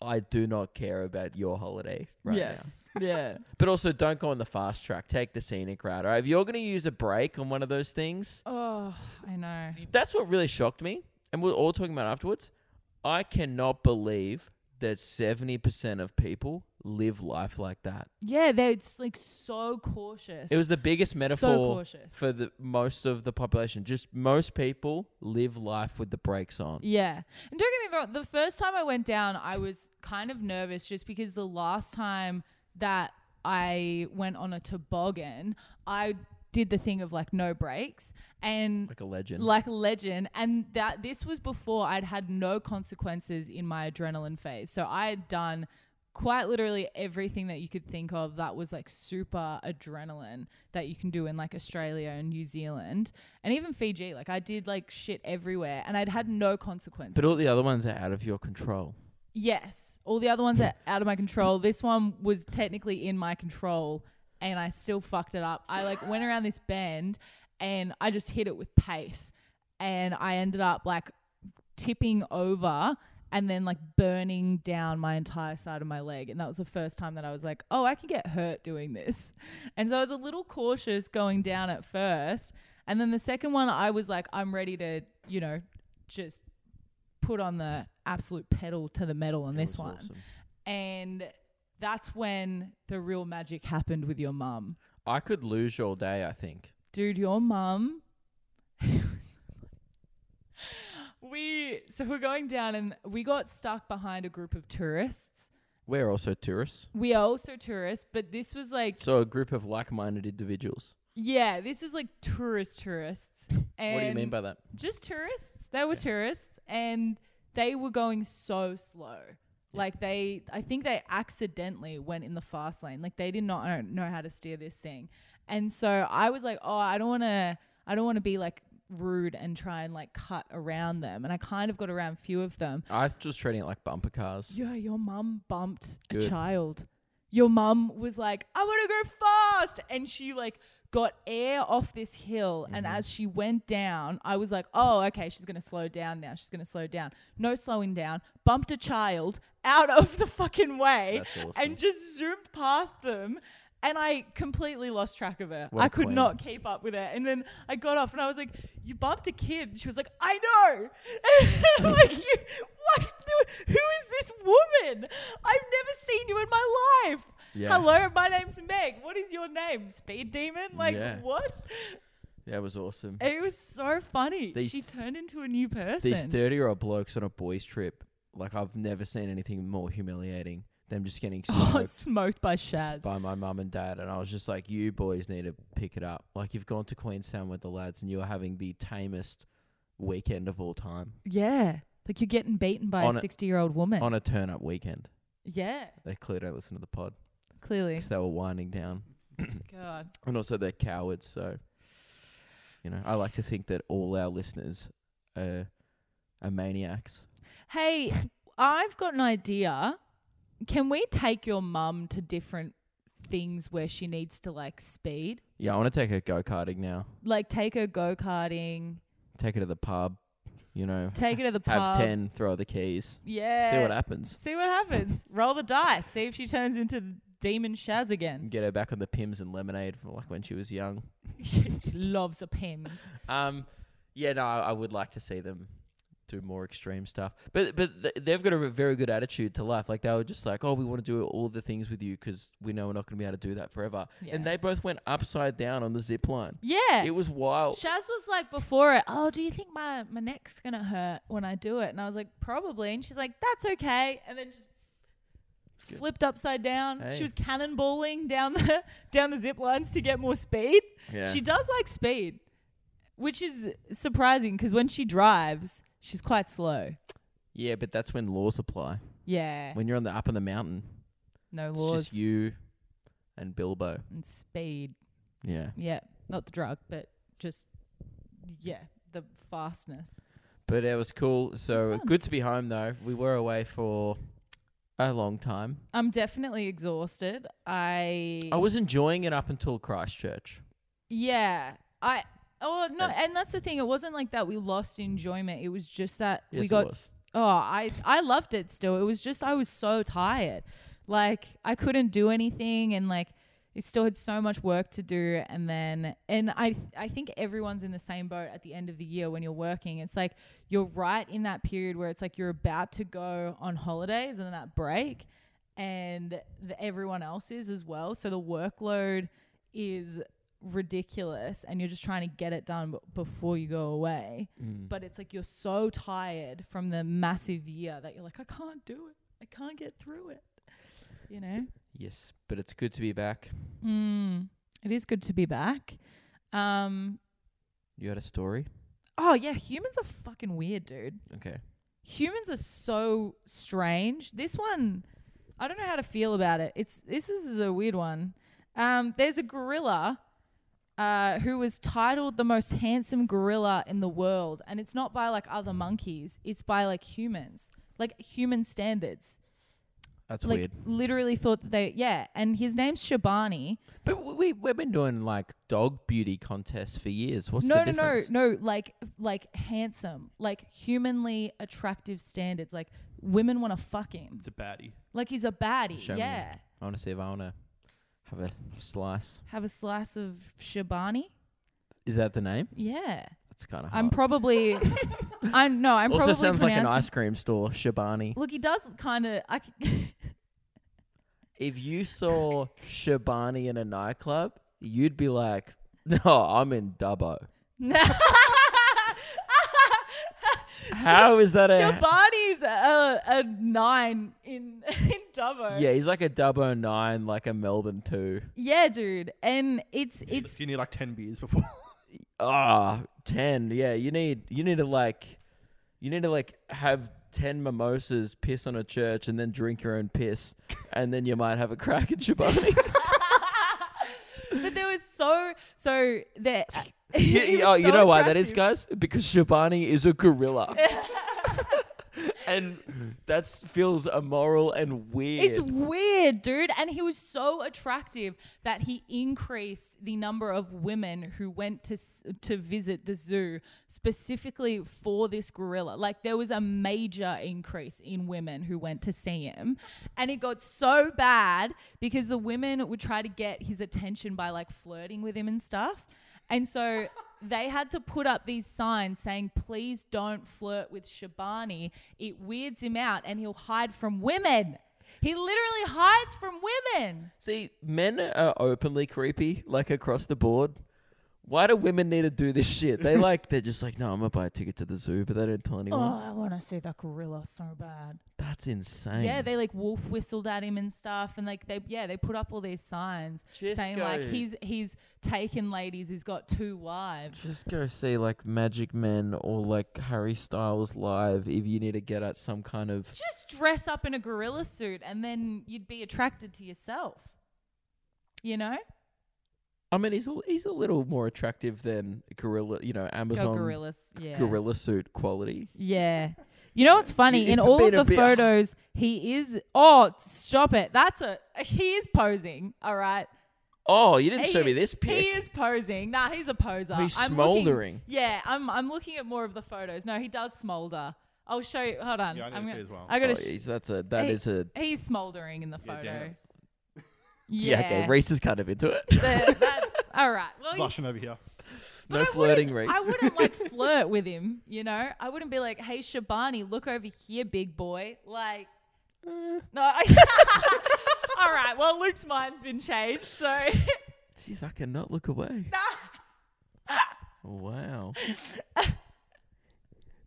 I do not care about your holiday right <laughs> Yeah. now. yeah. But also, don't go on the fast track. Take the scenic route. All right. If you're going to use a break on one of those things, Oh, I know. that's what really shocked me. And we we're all talking about it afterwards. I cannot believe that 70% of people live life like that. Yeah, they're it's like so cautious. It was the biggest so metaphor cautious. for the most of the population. Just most people live life with the brakes on. Yeah. And don't get me wrong, the first time I went down, I was kind of nervous just because the last time that I went on a toboggan, I did the thing of like no breaks and Like a legend. like a legend and that this was before I'd had no consequences in my adrenaline phase. So I had done quite literally everything that you could think of that was like super adrenaline that you can do in like Australia and New Zealand and even Fiji. Like I did like shit everywhere and I'd had no consequences. but all the other ones are out of your control. yes. All the other ones are out of my control. This one was technically in my control and I still fucked it up. I like went around this bend and I just hit it with pace and I ended up like tipping over and then like burning down my entire side of my leg and that was the first time that I was like, "Oh, I can get hurt doing this." <laughs> And so I was a little cautious going down at first, and then the second one I was like, "I'm ready to, you know, just put on the absolute pedal to the metal on It this was one." awesome. And that's when the real magic happened with your mum. I could lose all day, I think. dude, your mum. <laughs> we so we're going down and we got stuck behind a group of tourists. We're also tourists. We are also tourists, but this was like So a group of like minded individuals. yeah, this is like tourist tourists. And what do you mean by that? just tourists? They were Okay. tourists and they were going so slow. Like they, I think they accidentally went in the fast lane. Like they did not know- know how to steer this thing, and so I was like, oh, I don't want to, I don't want to be like rude and try and like cut around them. And I kind of got around few of them. I was treating it like bumper cars. Yeah, your mum bumped a Good. child. Your mum was like, I want to go fast. And she like got air off this hill. And Mm-hmm. as she went down, I was like, oh, okay, she's going to slow down now. She's going to slow down. No slowing down. Bumped a child out of the fucking way That's awesome. and just zoomed past them. And I completely lost track of her. What a I could queen. not keep up with her. And then I got off and I was like, You bumped a kid. And she was like, I know. <laughs> And I'm like, you, what? the- Who is this woman? I've never seen you in my life. Yeah. Hello, my name's Meg. What is your name? Speed Demon? Like, Yeah. what? That was awesome. It was so funny. These- she turned into a new person. <laughs> These 30 year old blokes on a boys' trip, like, I've never seen anything more humiliating than just getting <laughs> oh, smoked smoked by Shaz. by my mum and dad. And I was just like, you boys need to pick it up. Like, you've gone to Queenstown with the lads and you're having the tamest weekend of all time yeah. Like, you're getting beaten by On a a- 60 year old woman. on a turn up weekend. yeah, They clearly don't listen to the pod clearly. because they were winding down. God. And also, they're cowards. So, you know, I like to think that all our listeners are, are maniacs. Hey, I've got an idea. Can we take your mum to different things where she needs to like speed? Yeah, I want to take her go karting now. Like take her go karting, Take her to the pub, you know. take her to the pub. Uh, have 10, throw the keys, Yeah. see what happens. See what happens. Roll the dice. See if she turns into demon Shaz again. <laughs> And get her back on the Pims and lemonade from like when she was young. she loves the pims. Um, yeah, no, I I would like to see them do more extreme stuff. But but th- they've got a re- very good attitude to life. Like they were just like, oh, we want to do all the things with you 'cause we know we're not going to be able to do that forever. Yeah. And they both went upside down on the zip line. Yeah. It was wild. Shaz was like before it, oh, do you think my, my neck's gonna hurt when I do it? And I was like, probably. And she's like, that's okay. And then just Good. flipped upside down. Hey. She was cannonballing down the <laughs> down the zip lines to get more speed. yeah. She does like speed, which is surprising because when she drives, she's quite slow. yeah, but that's when laws apply. Yeah, When you're on the up on the mountain, no it's laws just you and Bilbo. and speed. Yeah. Yeah, not the drug, but just yeah, the fastness. But it was cool. So fun. good to be home though. We were away for a long time. I'm definitely exhausted. I I was enjoying it up until Christchurch. Yeah. I oh no, And- and that's the thing. It wasn't like that we lost enjoyment. It was just that Yes, we it got was. oh, I I loved it still. It was just I was so tired. Like I couldn't do anything and like I still had so much work to do and then and I I think everyone's in the same boat at the end of the year when you're working. It's like you're right in that period where it's like you're about to go on holidays and then that break and the, everyone else is as well. So the workload is ridiculous and you're just trying to get it done b- before you go away. Mm. But it's like you're so tired from the massive year that you're like, I can't do it. I can't get through it. You know? yes, but it's good to be back. Mm, it is good to be back. Um, You had a story. oh, yeah, humans are fucking weird, dude. Okay. Humans are so strange. This one, I don't know how to feel about it. It's This is a weird one. Um, there's a gorilla uh, who was titled the most handsome gorilla in the world. And it's not by like other monkeys, it's by like humans, like human standards. That's like weird. literally thought that they, yeah. And his name's Shabani. But w- we we've been doing like dog beauty contests for years. What's no, no, the difference? no, no. Like, like handsome, like humanly attractive standards. Like women want to fuck him. It's a baddie. Like he's a baddie. Show me. yeah. I want to see if I want to have a slice. Have a slice of Shabani. Is that the name? Yeah. That's kind of. I'm <laughs> probably. I'm no. I'm Uh-huh. also probably sounds like an pronouncing. ice cream store, Shabani. Look, he does kind of. I <laughs> c- <laughs> If you saw Shabani in a nightclub, you'd be like, <laughs> "No, I'm in Dubbo." No. How is that a? Shabani's a, a nine in <laughs> in Dubbo. Yeah, he's like a Dubbo nine, like a Melbourne two. Yeah, dude. And it's it's you need like ten beers before. Ah, ten. Yeah, you need you need to like, you need to like have ten mimosas, piss on a church, and then drink your own <laughs> piss, and then you might have a crack at Shabani. but there was so so <laughs> that <laughs> You- he was oh, you so know why that is, attractive. guys? Because Shabani is <laughs> a gorilla. <laughs> and that feels immoral and weird. It's weird, dude. And he was so attractive that he increased the number of women who went to s- to visit the zoo specifically for this gorilla. Like there was a major increase in women who went to see him, and it got so bad because the women would try to get his attention by like flirting with him and stuff, and so. They had to put up these signs saying, please don't flirt with Shabani. It weirds him out and he'll hide from women. He literally hides from women. See, men are openly creepy, like across the board. Why do women need to do this <laughs> shit? They like, they're just like, no, I'm gonna buy a ticket to the zoo, but they don't tell anyone. Oh, I want to see that gorilla so bad. That's insane. Yeah, they like wolf whistled at him and stuff, and like they yeah they put up all these signs Just saying like go. he's he's taken ladies, he's got two wives. just go see like Magic Men or like Harry Styles live if you need to get at some kind of. Just dress up in a gorilla suit, and then you'd be attracted to yourself. You know, I mean, he's a, he's a little more attractive than gorilla, you know, go Amazon gorillas. Yeah. gorilla suit quality. Yeah. You know what's funny? He- In he's all of been the a bit- photos, he is. Oh, stop it! That's a he is posing. All right. Oh, you didn't He- show me this pic. He is posing. Nah, he's a poser. He's I'm smouldering. Looking, yeah, I'm. I'm looking at more of the photos. No, he does smolder. I'll show you. Hold on. Yeah, I need I'm to gonna- see as well. I Oh, gotta. sh- he's- that's a that Hey. is a he's smoldering in the Yeah, photo. Yeah. <laughs> damn okay. Reese is kind of into it. <laughs> The- that's all right. Well, you- Blushing over here. but no I flirting, Reese. wouldn't- I wouldn't like flirt with him. You know, I wouldn't be like, "Hey, Shabani, look over here, big boy." Like, no. <laughs> I, all right. Well, Luke's mind's been changed, so. <laughs> Jeez, I cannot <laughs> look away. wow.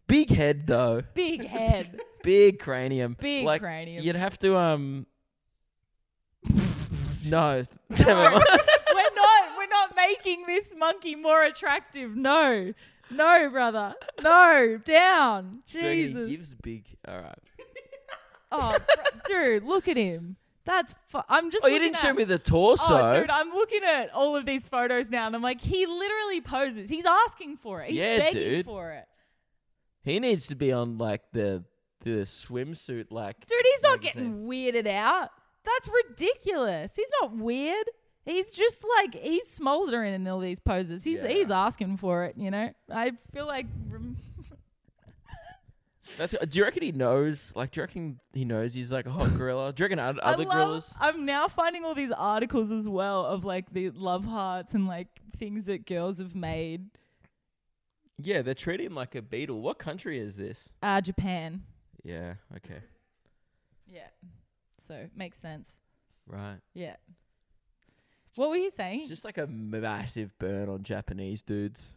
Big head though. Big head. Big cranium. Big Like, cranium. You'd have to um. <laughs> no. <laughs> Damn it. we're not we're not making this monkey more attractive. No. No, brother. No, down. Dragon, he Jesus. gives big. All right. Oh, br- dude, look at him. That's fu- I'm just Oh, you looking didn't at- show me the torso. Oh, dude, I'm looking at all of these photos now and I'm like, he literally poses. He's asking for it. He's Yeah, begging dude. for it. he needs to be on like the the swimsuit like. Dude, he's not magazine. getting weirded out. That's ridiculous. He's not weird. He's just like he's smoldering in all these poses. He's Yeah. he's asking for it, you know. I feel like That's. Do you reckon he knows? Like, do you reckon he knows he's like a hot gorilla? Do you reckon other, <laughs> I other love- gorillas? I'm now finding all these articles as well of like the love hearts and like things that girls have made. Yeah, they're treating him like a beetle. What country is this? Uh, Japan. Yeah. Okay. Yeah. So makes sense. Right. Yeah. What were you saying? Just like a massive burn on <laughs> Japanese dudes.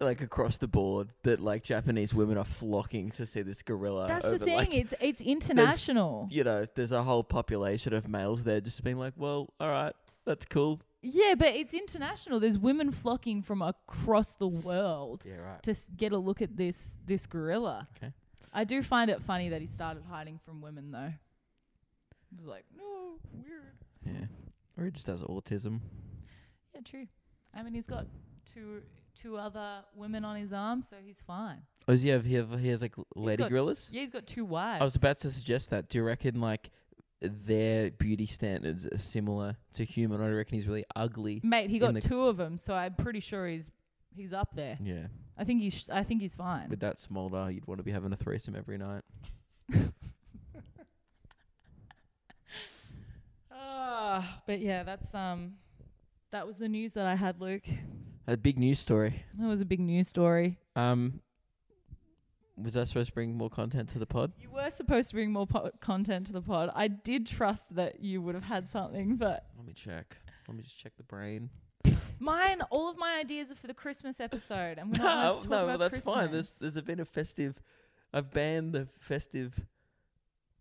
like across the board, that like Japanese women are flocking to see this gorilla. That's uh, over the thing. Like, it's it's international. you know, there's a whole population of males there just being like, well, all right, that's cool. Yeah, but it's international. There's women flocking from across the world Yeah, right. to s- get a look at this this gorilla. Okay. I do find it funny that he started hiding from women though. It was like, no, weird. Yeah. Or he just has autism. Yeah, true. I mean, he's got two two other women on his arm, so he's fine. Oh, does he have, he have, he has like lady got- gorillas? Yeah, he's got two wives. I was about to suggest that. Do you reckon like their beauty standards are similar to human? Or do you reckon he's really ugly? Mate, he in got the- two of them, so I'm pretty sure he's he's up there. Yeah. I think he's I think he's fine. With that smolder, you'd want to be having a threesome every night. Ah, but yeah, that's um, that was the news that I had, Luke. A big news story. That was a big news story. Um, was I supposed to bring more content to the pod? You were supposed to bring more po- content to the pod. I did trust that you would have had something, but Let me check. Let me just check <laughs> the brain. mine, all of my ideas are for the Christmas episode, and we're not <laughs> allowed to talk about that's Christmas. fine. There's there's been a festive. I've banned the festive.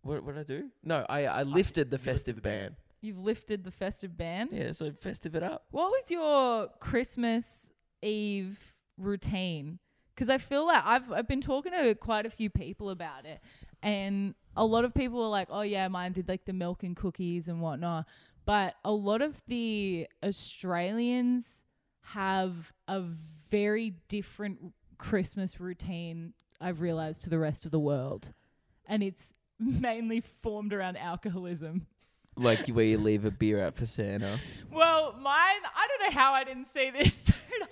What what did I do? No, I I lifted the you lifted festive the ban. ban. You've lifted the festive ban. Yeah, so festive it up. What was your Christmas Eve routine? Because I feel like I've I've been talking to quite a few people about it, and a lot of people were like, "Oh yeah, mine did like the milk and cookies and whatnot." But a lot of the Australians have a very different Christmas routine. I've realized to the rest of the world, and it's <laughs> mainly formed around alcoholism. Like where you leave a beer out <laughs> for Santa. Well, mine, I don't know how I didn't see this. <laughs>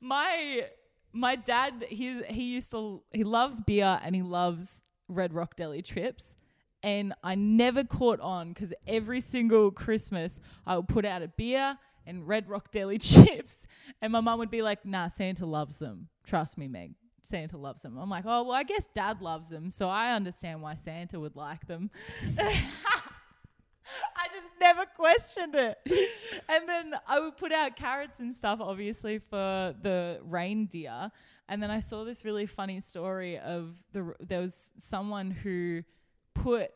my my dad, he he used to he loves beer and he loves Red Rock Deli trips. And I never caught on because every single Christmas I would put out a beer and Red Rock Deli <laughs> chips. And my mum would be like, nah, Santa loves them. Trust me, Meg. Santa loves them. I'm like, oh, well, I guess dad loves them. So I understand why Santa would like them. <laughs> I just never questioned it. <laughs> and then I would put out carrots and stuff, obviously, for the reindeer. And then I saw this really funny story of the r- there was someone who put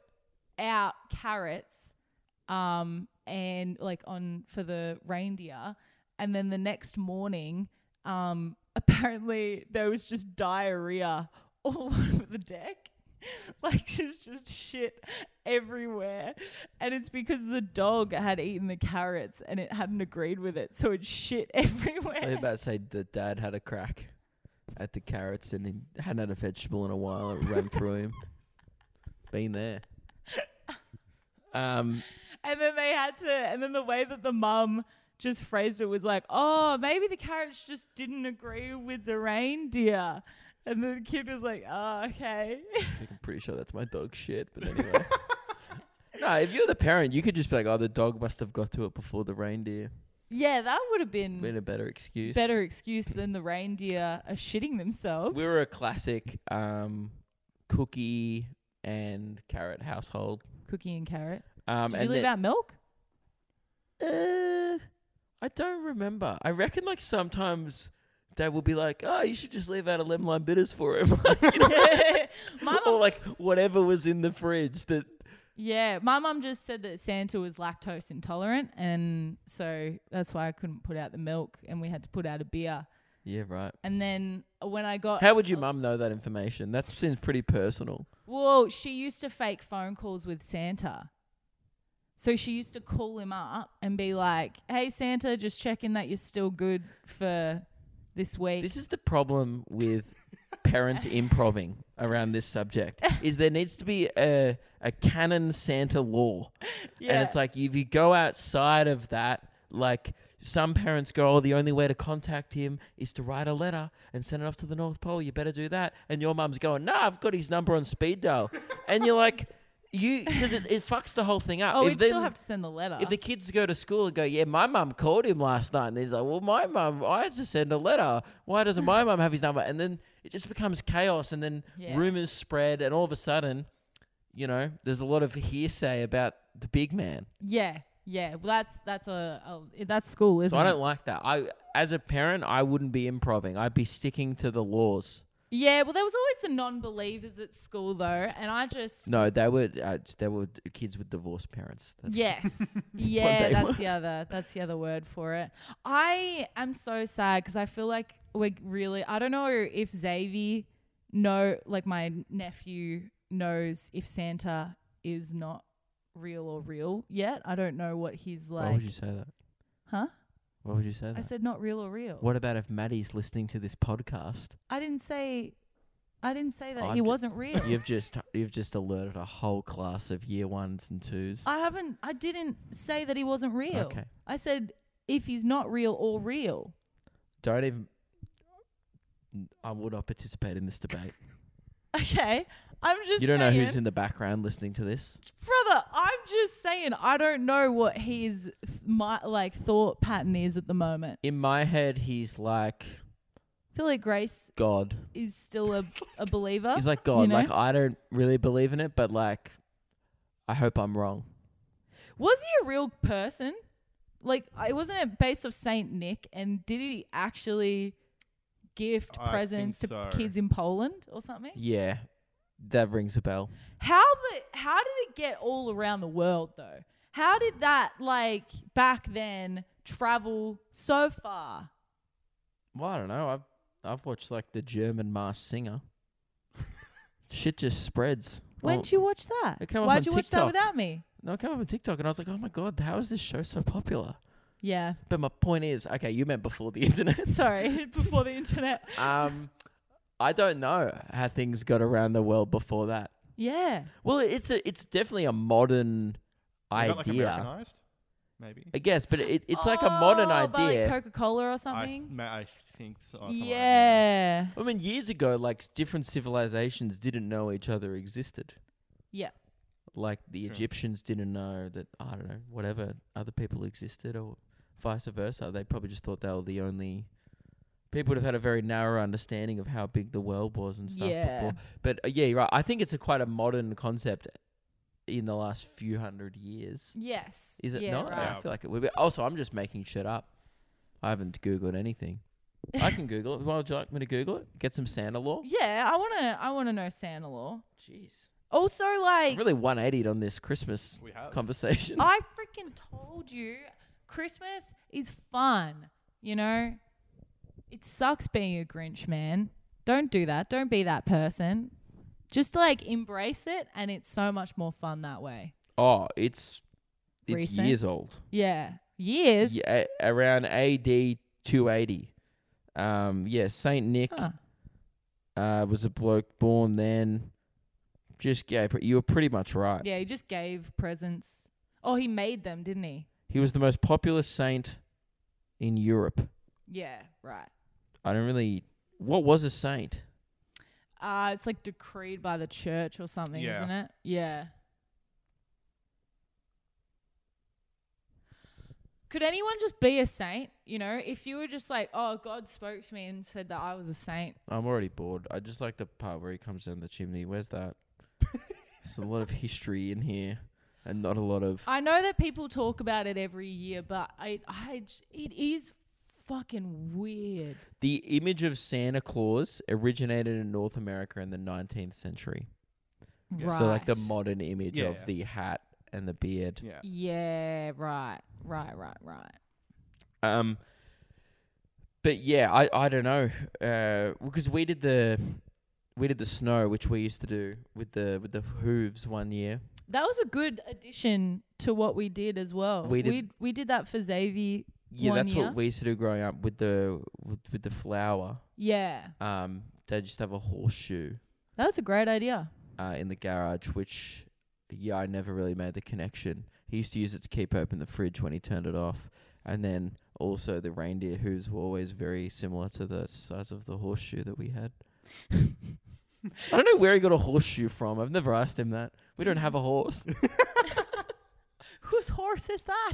out carrots um, and like on for the reindeer. And then the next morning, um, <laughs> apparently there was just diarrhea all <laughs> over the deck. <laughs> Like just just shit everywhere. And it's because the dog had eaten the carrots and it hadn't agreed with it, so it shit <laughs> I was everywhere. about to say that dad had a crack at the carrots and he hadn't had a vegetable in a while. It ran through <laughs> him. Been there. Um, And then they had to and then the way that the mum just phrased it was like, Oh, maybe the carrots just didn't agree with the reindeer. And the kid was like, Oh, okay. <laughs> I'm pretty sure that's my dog shit, but anyway. <laughs> no, if you're the parent, you could just be like, "Oh, the dog must have got to it before the reindeer." yeah, that would have been Been a better excuse. Mm. better excuse than the reindeer are shitting themselves. We were a classic um, cookie and carrot household. Cookie and carrot. Um, Did and you leave the- out <laughs> milk? <laughs> Uh, I don't remember. I reckon like sometimes Dad will be like, "Oh, you should just leave out a lemon lime bitters for him," Like, you know? my mum, <laughs> or like whatever was in the fridge. That yeah, my mum just said that Santa was lactose intolerant, and so that's why I couldn't put out the milk, and we had to put out a beer. yeah, right. And then when I got, How would your mum know that information? That seems pretty personal. well, she used to fake phone calls with Santa. So she used to call him up and be like, "Hey Santa, just checking that you're still good for this week." This is the problem with <laughs> parents improving around this subject. Is there needs to be a a canon Santa law. yeah. And it's like if you go outside of that, like some parents go, oh, the only way to contact him is to write a letter and send it off to the North Pole. You better do that. And your mum's going, nah, I've got his number on speed dial. and you're like, you, because it, it fucks the whole thing up. Oh, If we'd then- still have to send the letter. if the kids go to school and go, yeah, my mum called him last night, and he's like, well, my mum, I had to send a letter. Why doesn't my mum have his number? And then it just becomes chaos, and then Yeah. rumors spread, and all of a sudden, you know, there's a lot of hearsay about the big man. yeah, yeah. Well, that's that's a, a that's school, isn't So I it? don't like that. I, as a parent, I wouldn't be improving. I'd be sticking to the laws. Yeah. Well, there was always the non-believers at school though, and I just No, they were uh, they were kids with divorced parents. That's, <laughs> Yes. they Yeah, were. that's the other that's the other word for it. I am so sad because I feel like we're really I don't know if Xavier know like my nephew knows if Santa is not real or real yet. I don't know what he's Why like. would you say that? Huh? Why would you say that? I said not real or real. what about if Maddie's listening to this podcast? I didn't say I didn't say that Oh, I'm he ju- wasn't real. You've just you've just alerted a whole class of year ones and twos. I haven't I didn't say that he wasn't real. Okay, I said if he's not real or real. <laughs> don't even. I will not participate in this <laughs> debate. Okay. I'm just you don't know saying- who's in the background listening to this. brother i'm just saying i don't know what his th- my like thought pattern is at the moment In my head, he's like i feel like grace God. is still a, a believer He's like God. know? Like I don't really believe in it, but like, I hope I'm wrong. was he a real person like I wasn't it based off saint nick and did he actually gift I think presents to so. kids in poland or something Yeah, that rings a bell. how the how did it get all around the world though how did that like back then travel so far Well, I don't know. I've I've watched like the German Mass <laughs> Singer. Shit just spreads. when Well- did you watch that it came up why'd on you watch that TikTok. without me No, I came up on TikTok and I was like, oh my god, how is this show so popular? Yeah. But my point is, okay, you meant before the <laughs> <laughs> internet. Sorry, before the internet. um, I don't know how things got around the world before that. Yeah. Well, it's a, it's definitely a modern They got, like, idea, Americanized? Maybe. I guess. But it, it's like a modern Oh, by, idea. Like Coca Cola or I, th- something. ma- I think so. something like that, yeah. I mean, years ago, like different civilizations didn't know each other existed. Yeah. Like the True. Egyptians didn't know that I don't know whatever other people existed, or vice versa. They probably just thought they were the only. People would have had a very narrow understanding of how big the world was and stuff Yeah. before. But uh, yeah, you're right. I think it's a quite a modern concept in the last few hundred years. Yes. Is it yeah, not? Right. I feel like it would be. Also, I'm just making shit up. I haven't googled anything. I can Google it. Why would you like me to Google it? Get some Santa law. Yeah, I wanna I wanna know Santa law. Jeez. Also I like really 180 on this Christmas We have. conversation. I freaking told you Christmas is fun, you know? It sucks being a Grinch, man. Don't do that. Don't be that person. Just like embrace it and it's so much more fun that way. oh, it's it's Recent? years old. Yeah. Years. Yeah, a- around AD 280. Um, yeah, Saint Nick Huh. uh, was a bloke born then. Just yeah, pre- you were pretty much right. Yeah, he just gave presents. Oh, he made them, didn't he? He was the most popular saint in Europe. Yeah, right. I don't really. What was a saint? Uh, it's like decreed by the church or something, Yeah. isn't it? Yeah. Could anyone just be a saint? You know, if you were just like, oh, God spoke to me and said that I was a saint. I'm already bored. I just like the part where he comes down the chimney. Where's that? There's a lot of history in here, and not a lot of. I know that people talk about it every year, but I, I, j- it is fucking weird. The image of Santa Claus originated in North America in the 19th century. Yeah. Right. So, like the modern image Yeah, yeah. of the hat and the beard. Yeah. Yeah, right, right, right, right. Um, but yeah, I, I don't know. Uh, because we did the we did the snow, which we used to do with the with the hooves one year. That was a good addition to what we did as well. We We did- did we did that for Xavier. Yeah, One that's year? what we used to do growing up with the with, with the flower. Yeah, Um, they just have a horseshoe that was a great idea. uh, in the garage, which yeah, I never really made the connection. He used to use it to keep open the fridge when he turned it off, and then also the reindeer who's were always very similar to the size of the horseshoe that <laughs> we had. I don't know where he got a horseshoe from. I've never asked him that. We don't have a horse. <laughs> Whose horse is that?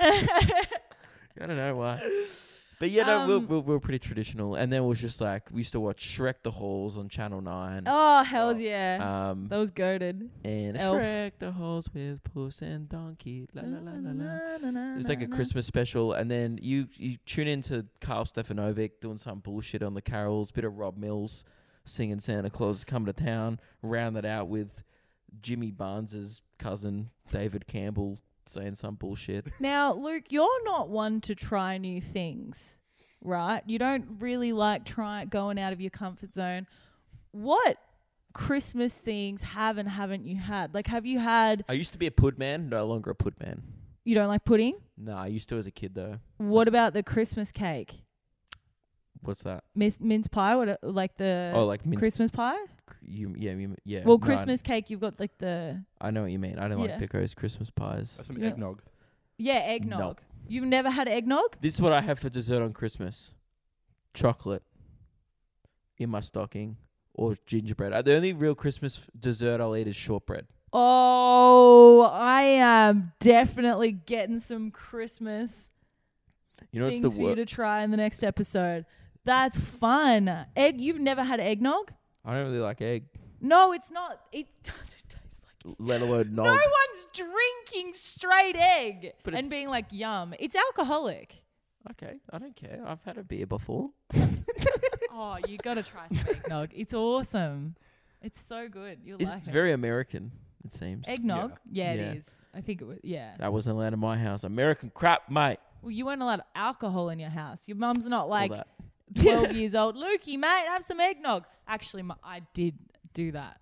I don't know why. But yeah, no, we're, Um, we're, we're pretty traditional. And then it was just like, we used to watch Shrek the Halls on Channel 9. <laughs> oh hell's Oh, yeah. Um, that was goaded. and Elf. Shrek the Halls with Puss and Donkey. <laughs> La, la, la, la, la. It It was like a <laughs> Christmas special, and then you you tune into Carl Stefanovic doing some bullshit on the carols, bit of Rob Mills singing Santa Claus is coming to town, round it out with Jimmy Barnes's cousin David Campbell saying some bullshit. Now, Luke, you're not one to try new things, right? You don't really like try going out of your comfort zone. What Christmas things have and haven't you had? Like, have you had? I used to be a pud man, no longer a pud man. You don't like pudding? No, I used to as a kid though. What about the Christmas cake, What's that? Mis- mince pie? What uh, like the oh, like mince, Christmas pie? you, yeah, you, yeah. no, well, I- Christmas cake, you've got like the I, know what you mean. I don't Yeah. like the ghost Christmas pies. That's some Yeah. eggnog. yeah eggnog. You've never had eggnog? This is what I have for dessert on Christmas: chocolate in my stocking or gingerbread. Uh, The only real Christmas f- dessert I'll eat is shortbread. Oh, I am definitely getting some Christmas You know, it's the things for you worst. to try in the next episode. That's fun. Ed, you've never had eggnog? I don't really like egg, No, it's not. It <laughs> doesn't taste like let <laughs> alone nog. No one's drinking straight egg But and it's- being like, yum. It's alcoholic. Okay, I don't care. I've had a beer before. oh, you got to try some eggnog. It's awesome. It's so good. You'll It's like very American, it seems. it. Eggnog? Yeah, Yeah. it is. I think it was. Yeah. That wasn't allowed in my house. American crap, mate. Well, you weren't allowed alcohol in your house. Your mum's not All like <laughs> that. 12 years old. Lukey, mate, have some eggnog. Actually, my, I did do that.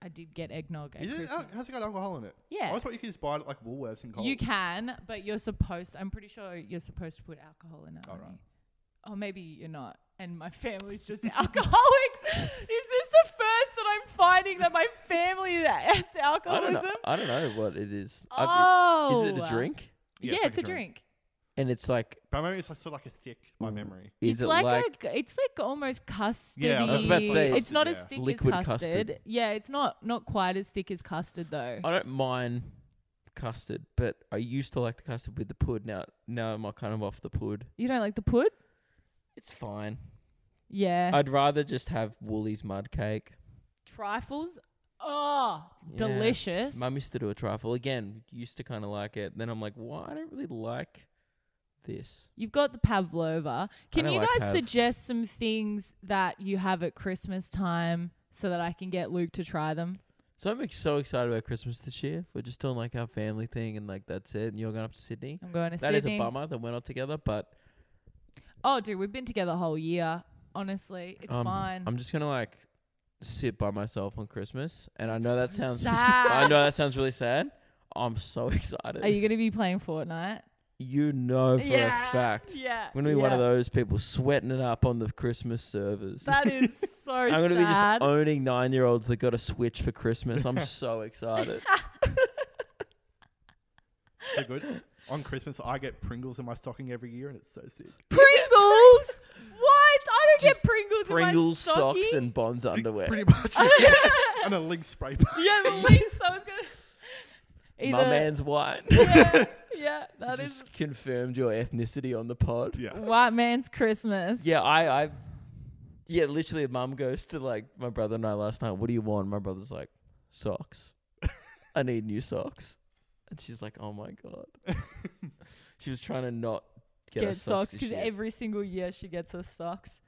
I did get eggnog at Is it? Christmas. al- Has Oh, it got alcohol in it? I yeah. always thought you could just buy it at like Woolworths and Coles. You can, but you're supposed, I'm pretty sure you're supposed to put alcohol in it. Oh, aren't right. you? Oh, maybe you're not. And my family's just <laughs> alcoholics. Is this the first that I'm finding that my family has <laughs> I don't alcoholism? know. I don't know what it is. I've- Oh. Is it a drink? Yeah, it's, a drink. And it's like, But I remember it's like, sort of like a thick by memory. is it's it like, like, a, it's like almost custard. Yeah, I was about to say, it's not as yeah. thick Liquid as custard. custard. Yeah, it's not not quite as thick as custard though. I don't mind custard, but I used to like the custard with the pud. Now, now I'm kind of off the pud. You don't like the pud? It's fine. Yeah. <laughs> I'd rather just have Woolies mud cake. Trifles. Oh, Yeah. delicious. Mum used to do a trifle again. Used to kind of like it. Then I'm like, why I don't really like this. You've got the pavlova. Can don't you like guys pav. suggest some things that you have at Christmas time so that I can get Luke to try them? So I'm ex- so excited about Christmas this year. We're just doing like our family thing, and like that's it. And you're going up to Sydney. I'm going to That Sydney. is a bummer that we're not together, but Oh, dude, we've been together the whole year. Honestly, it's um, fine. I'm just gonna like sit by myself on Christmas, and I know that So sounds. sad. <laughs> I know that sounds really sad. I'm so <laughs> excited. Are you going to be playing Fortnite? you know for a fact. Yeah. I'm gonna be one of yeah. those people sweating it up on the Christmas servers. That <laughs> is so I'm gonna be sad. just owning nine year olds that got a Switch for <laughs> Christmas. I'm so excited. So <laughs> good. On Christmas, I get Pringles in my stocking every year, and it's so sick. <laughs> Pringles? what? I don't get Just Pringles. Pringles, in my stocking. socks, and Bonds underwear. Pretty much. yeah. and a link scraper. <laughs> yeah, <laughs> the links. I was gonna. My man's white. Yeah, yeah, that is Just confirmed your ethnicity on the pod. Yeah. white man's Christmas. Yeah, I, I, yeah, literally, mum goes to like my brother and I last night. What do you want? My brother's like, socks. I need new socks. And she's like, oh my god. <laughs> she was trying to not get, get, us socks this because year. every single year she gets us socks.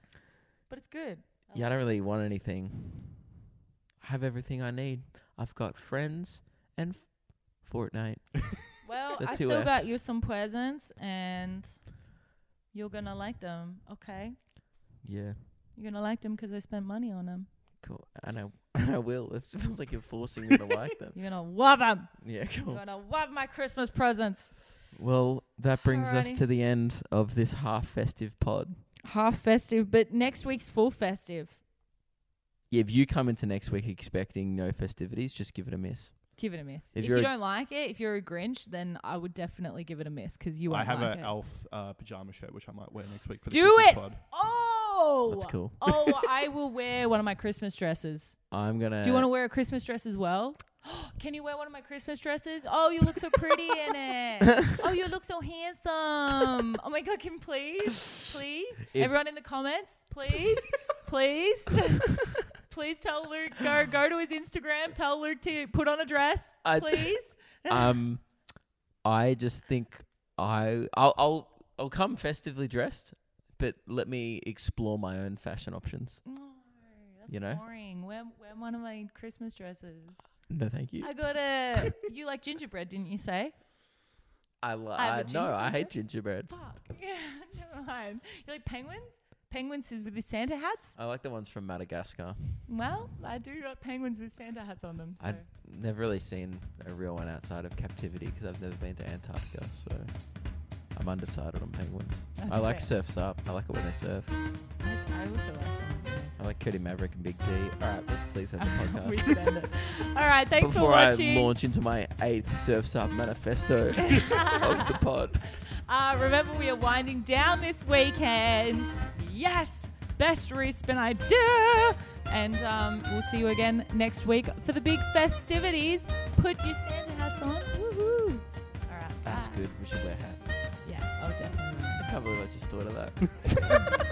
But it's good. yeah, I don't love really socks. want anything. I have everything I need. I've got friends and f- Fortnite. Well, <laughs> the I two still got Fs. you some presents, and you're gonna like them. Okay, Yeah, you're gonna like them 'cause I spent money on them. cool. And I, <laughs> and I will. It feels like you're forcing me to <laughs> like them. You're gonna love them. Yeah, cool. You're gonna love my Christmas presents. Well, that brings us Alrighty. to the end of this half festive pod. Half festive, but next week's full festive. If you come into next week expecting no festivities, just give it a miss. Give it a miss. If If, you're you a- don't like it, if you're a Grinch, then I would definitely give it a miss because you won't I have like an it. elf uh, pajama shirt which I might wear next week for the Do Christmas it! pod. Oh, That's cool. oh, I will wear one of my Christmas dresses. I'm gonna. Do you want to wear a Christmas dress as well? <gasps> Can you wear one of my Christmas dresses? Oh, you look so pretty in <laughs> it. Oh, you look so handsome. Oh my God, can please, please, If- everyone in the comments, <laughs> please, please, please tell Luke go go to his Instagram. Tell Luke to put on a dress, I- <laughs> please. um, I just think I I'll, I'll I'll come festively dressed, but let me explore my own fashion options. No, that's You know? boring. Wear, wear one of my Christmas dresses. No, thank you. I got a. You like gingerbread, didn't you say? I, li- I I have a no, I gingerbread hate gingerbread. Fuck. <laughs> Yeah, never mind. You like penguins? Penguins is with the Santa hats? I like the ones from Madagascar. Well, I do got penguins with Santa hats on them. So. I- Never really seen a real one outside of captivity because I've never been to Antarctica, so I'm undecided on penguins. That's I like fair. surfs up. I like it when they surf. I, I also like penguins. I like Cody Maverick and Big T. All right, let's please have the <laughs> we podcast. should end it. All right, thanks Before for I watching. launch into my eighth Surfs <laughs> Up manifesto of the pod. Uh, remember, we are winding down this weekend. Yes, best Reese and I do. And um, we'll see you again next week for the big festivities. Put your Santa hats on. Woohoo! All right. That's bye. good. We should wear hats. Yeah, I'll definitely. I can't believe I just thought of that. wear it.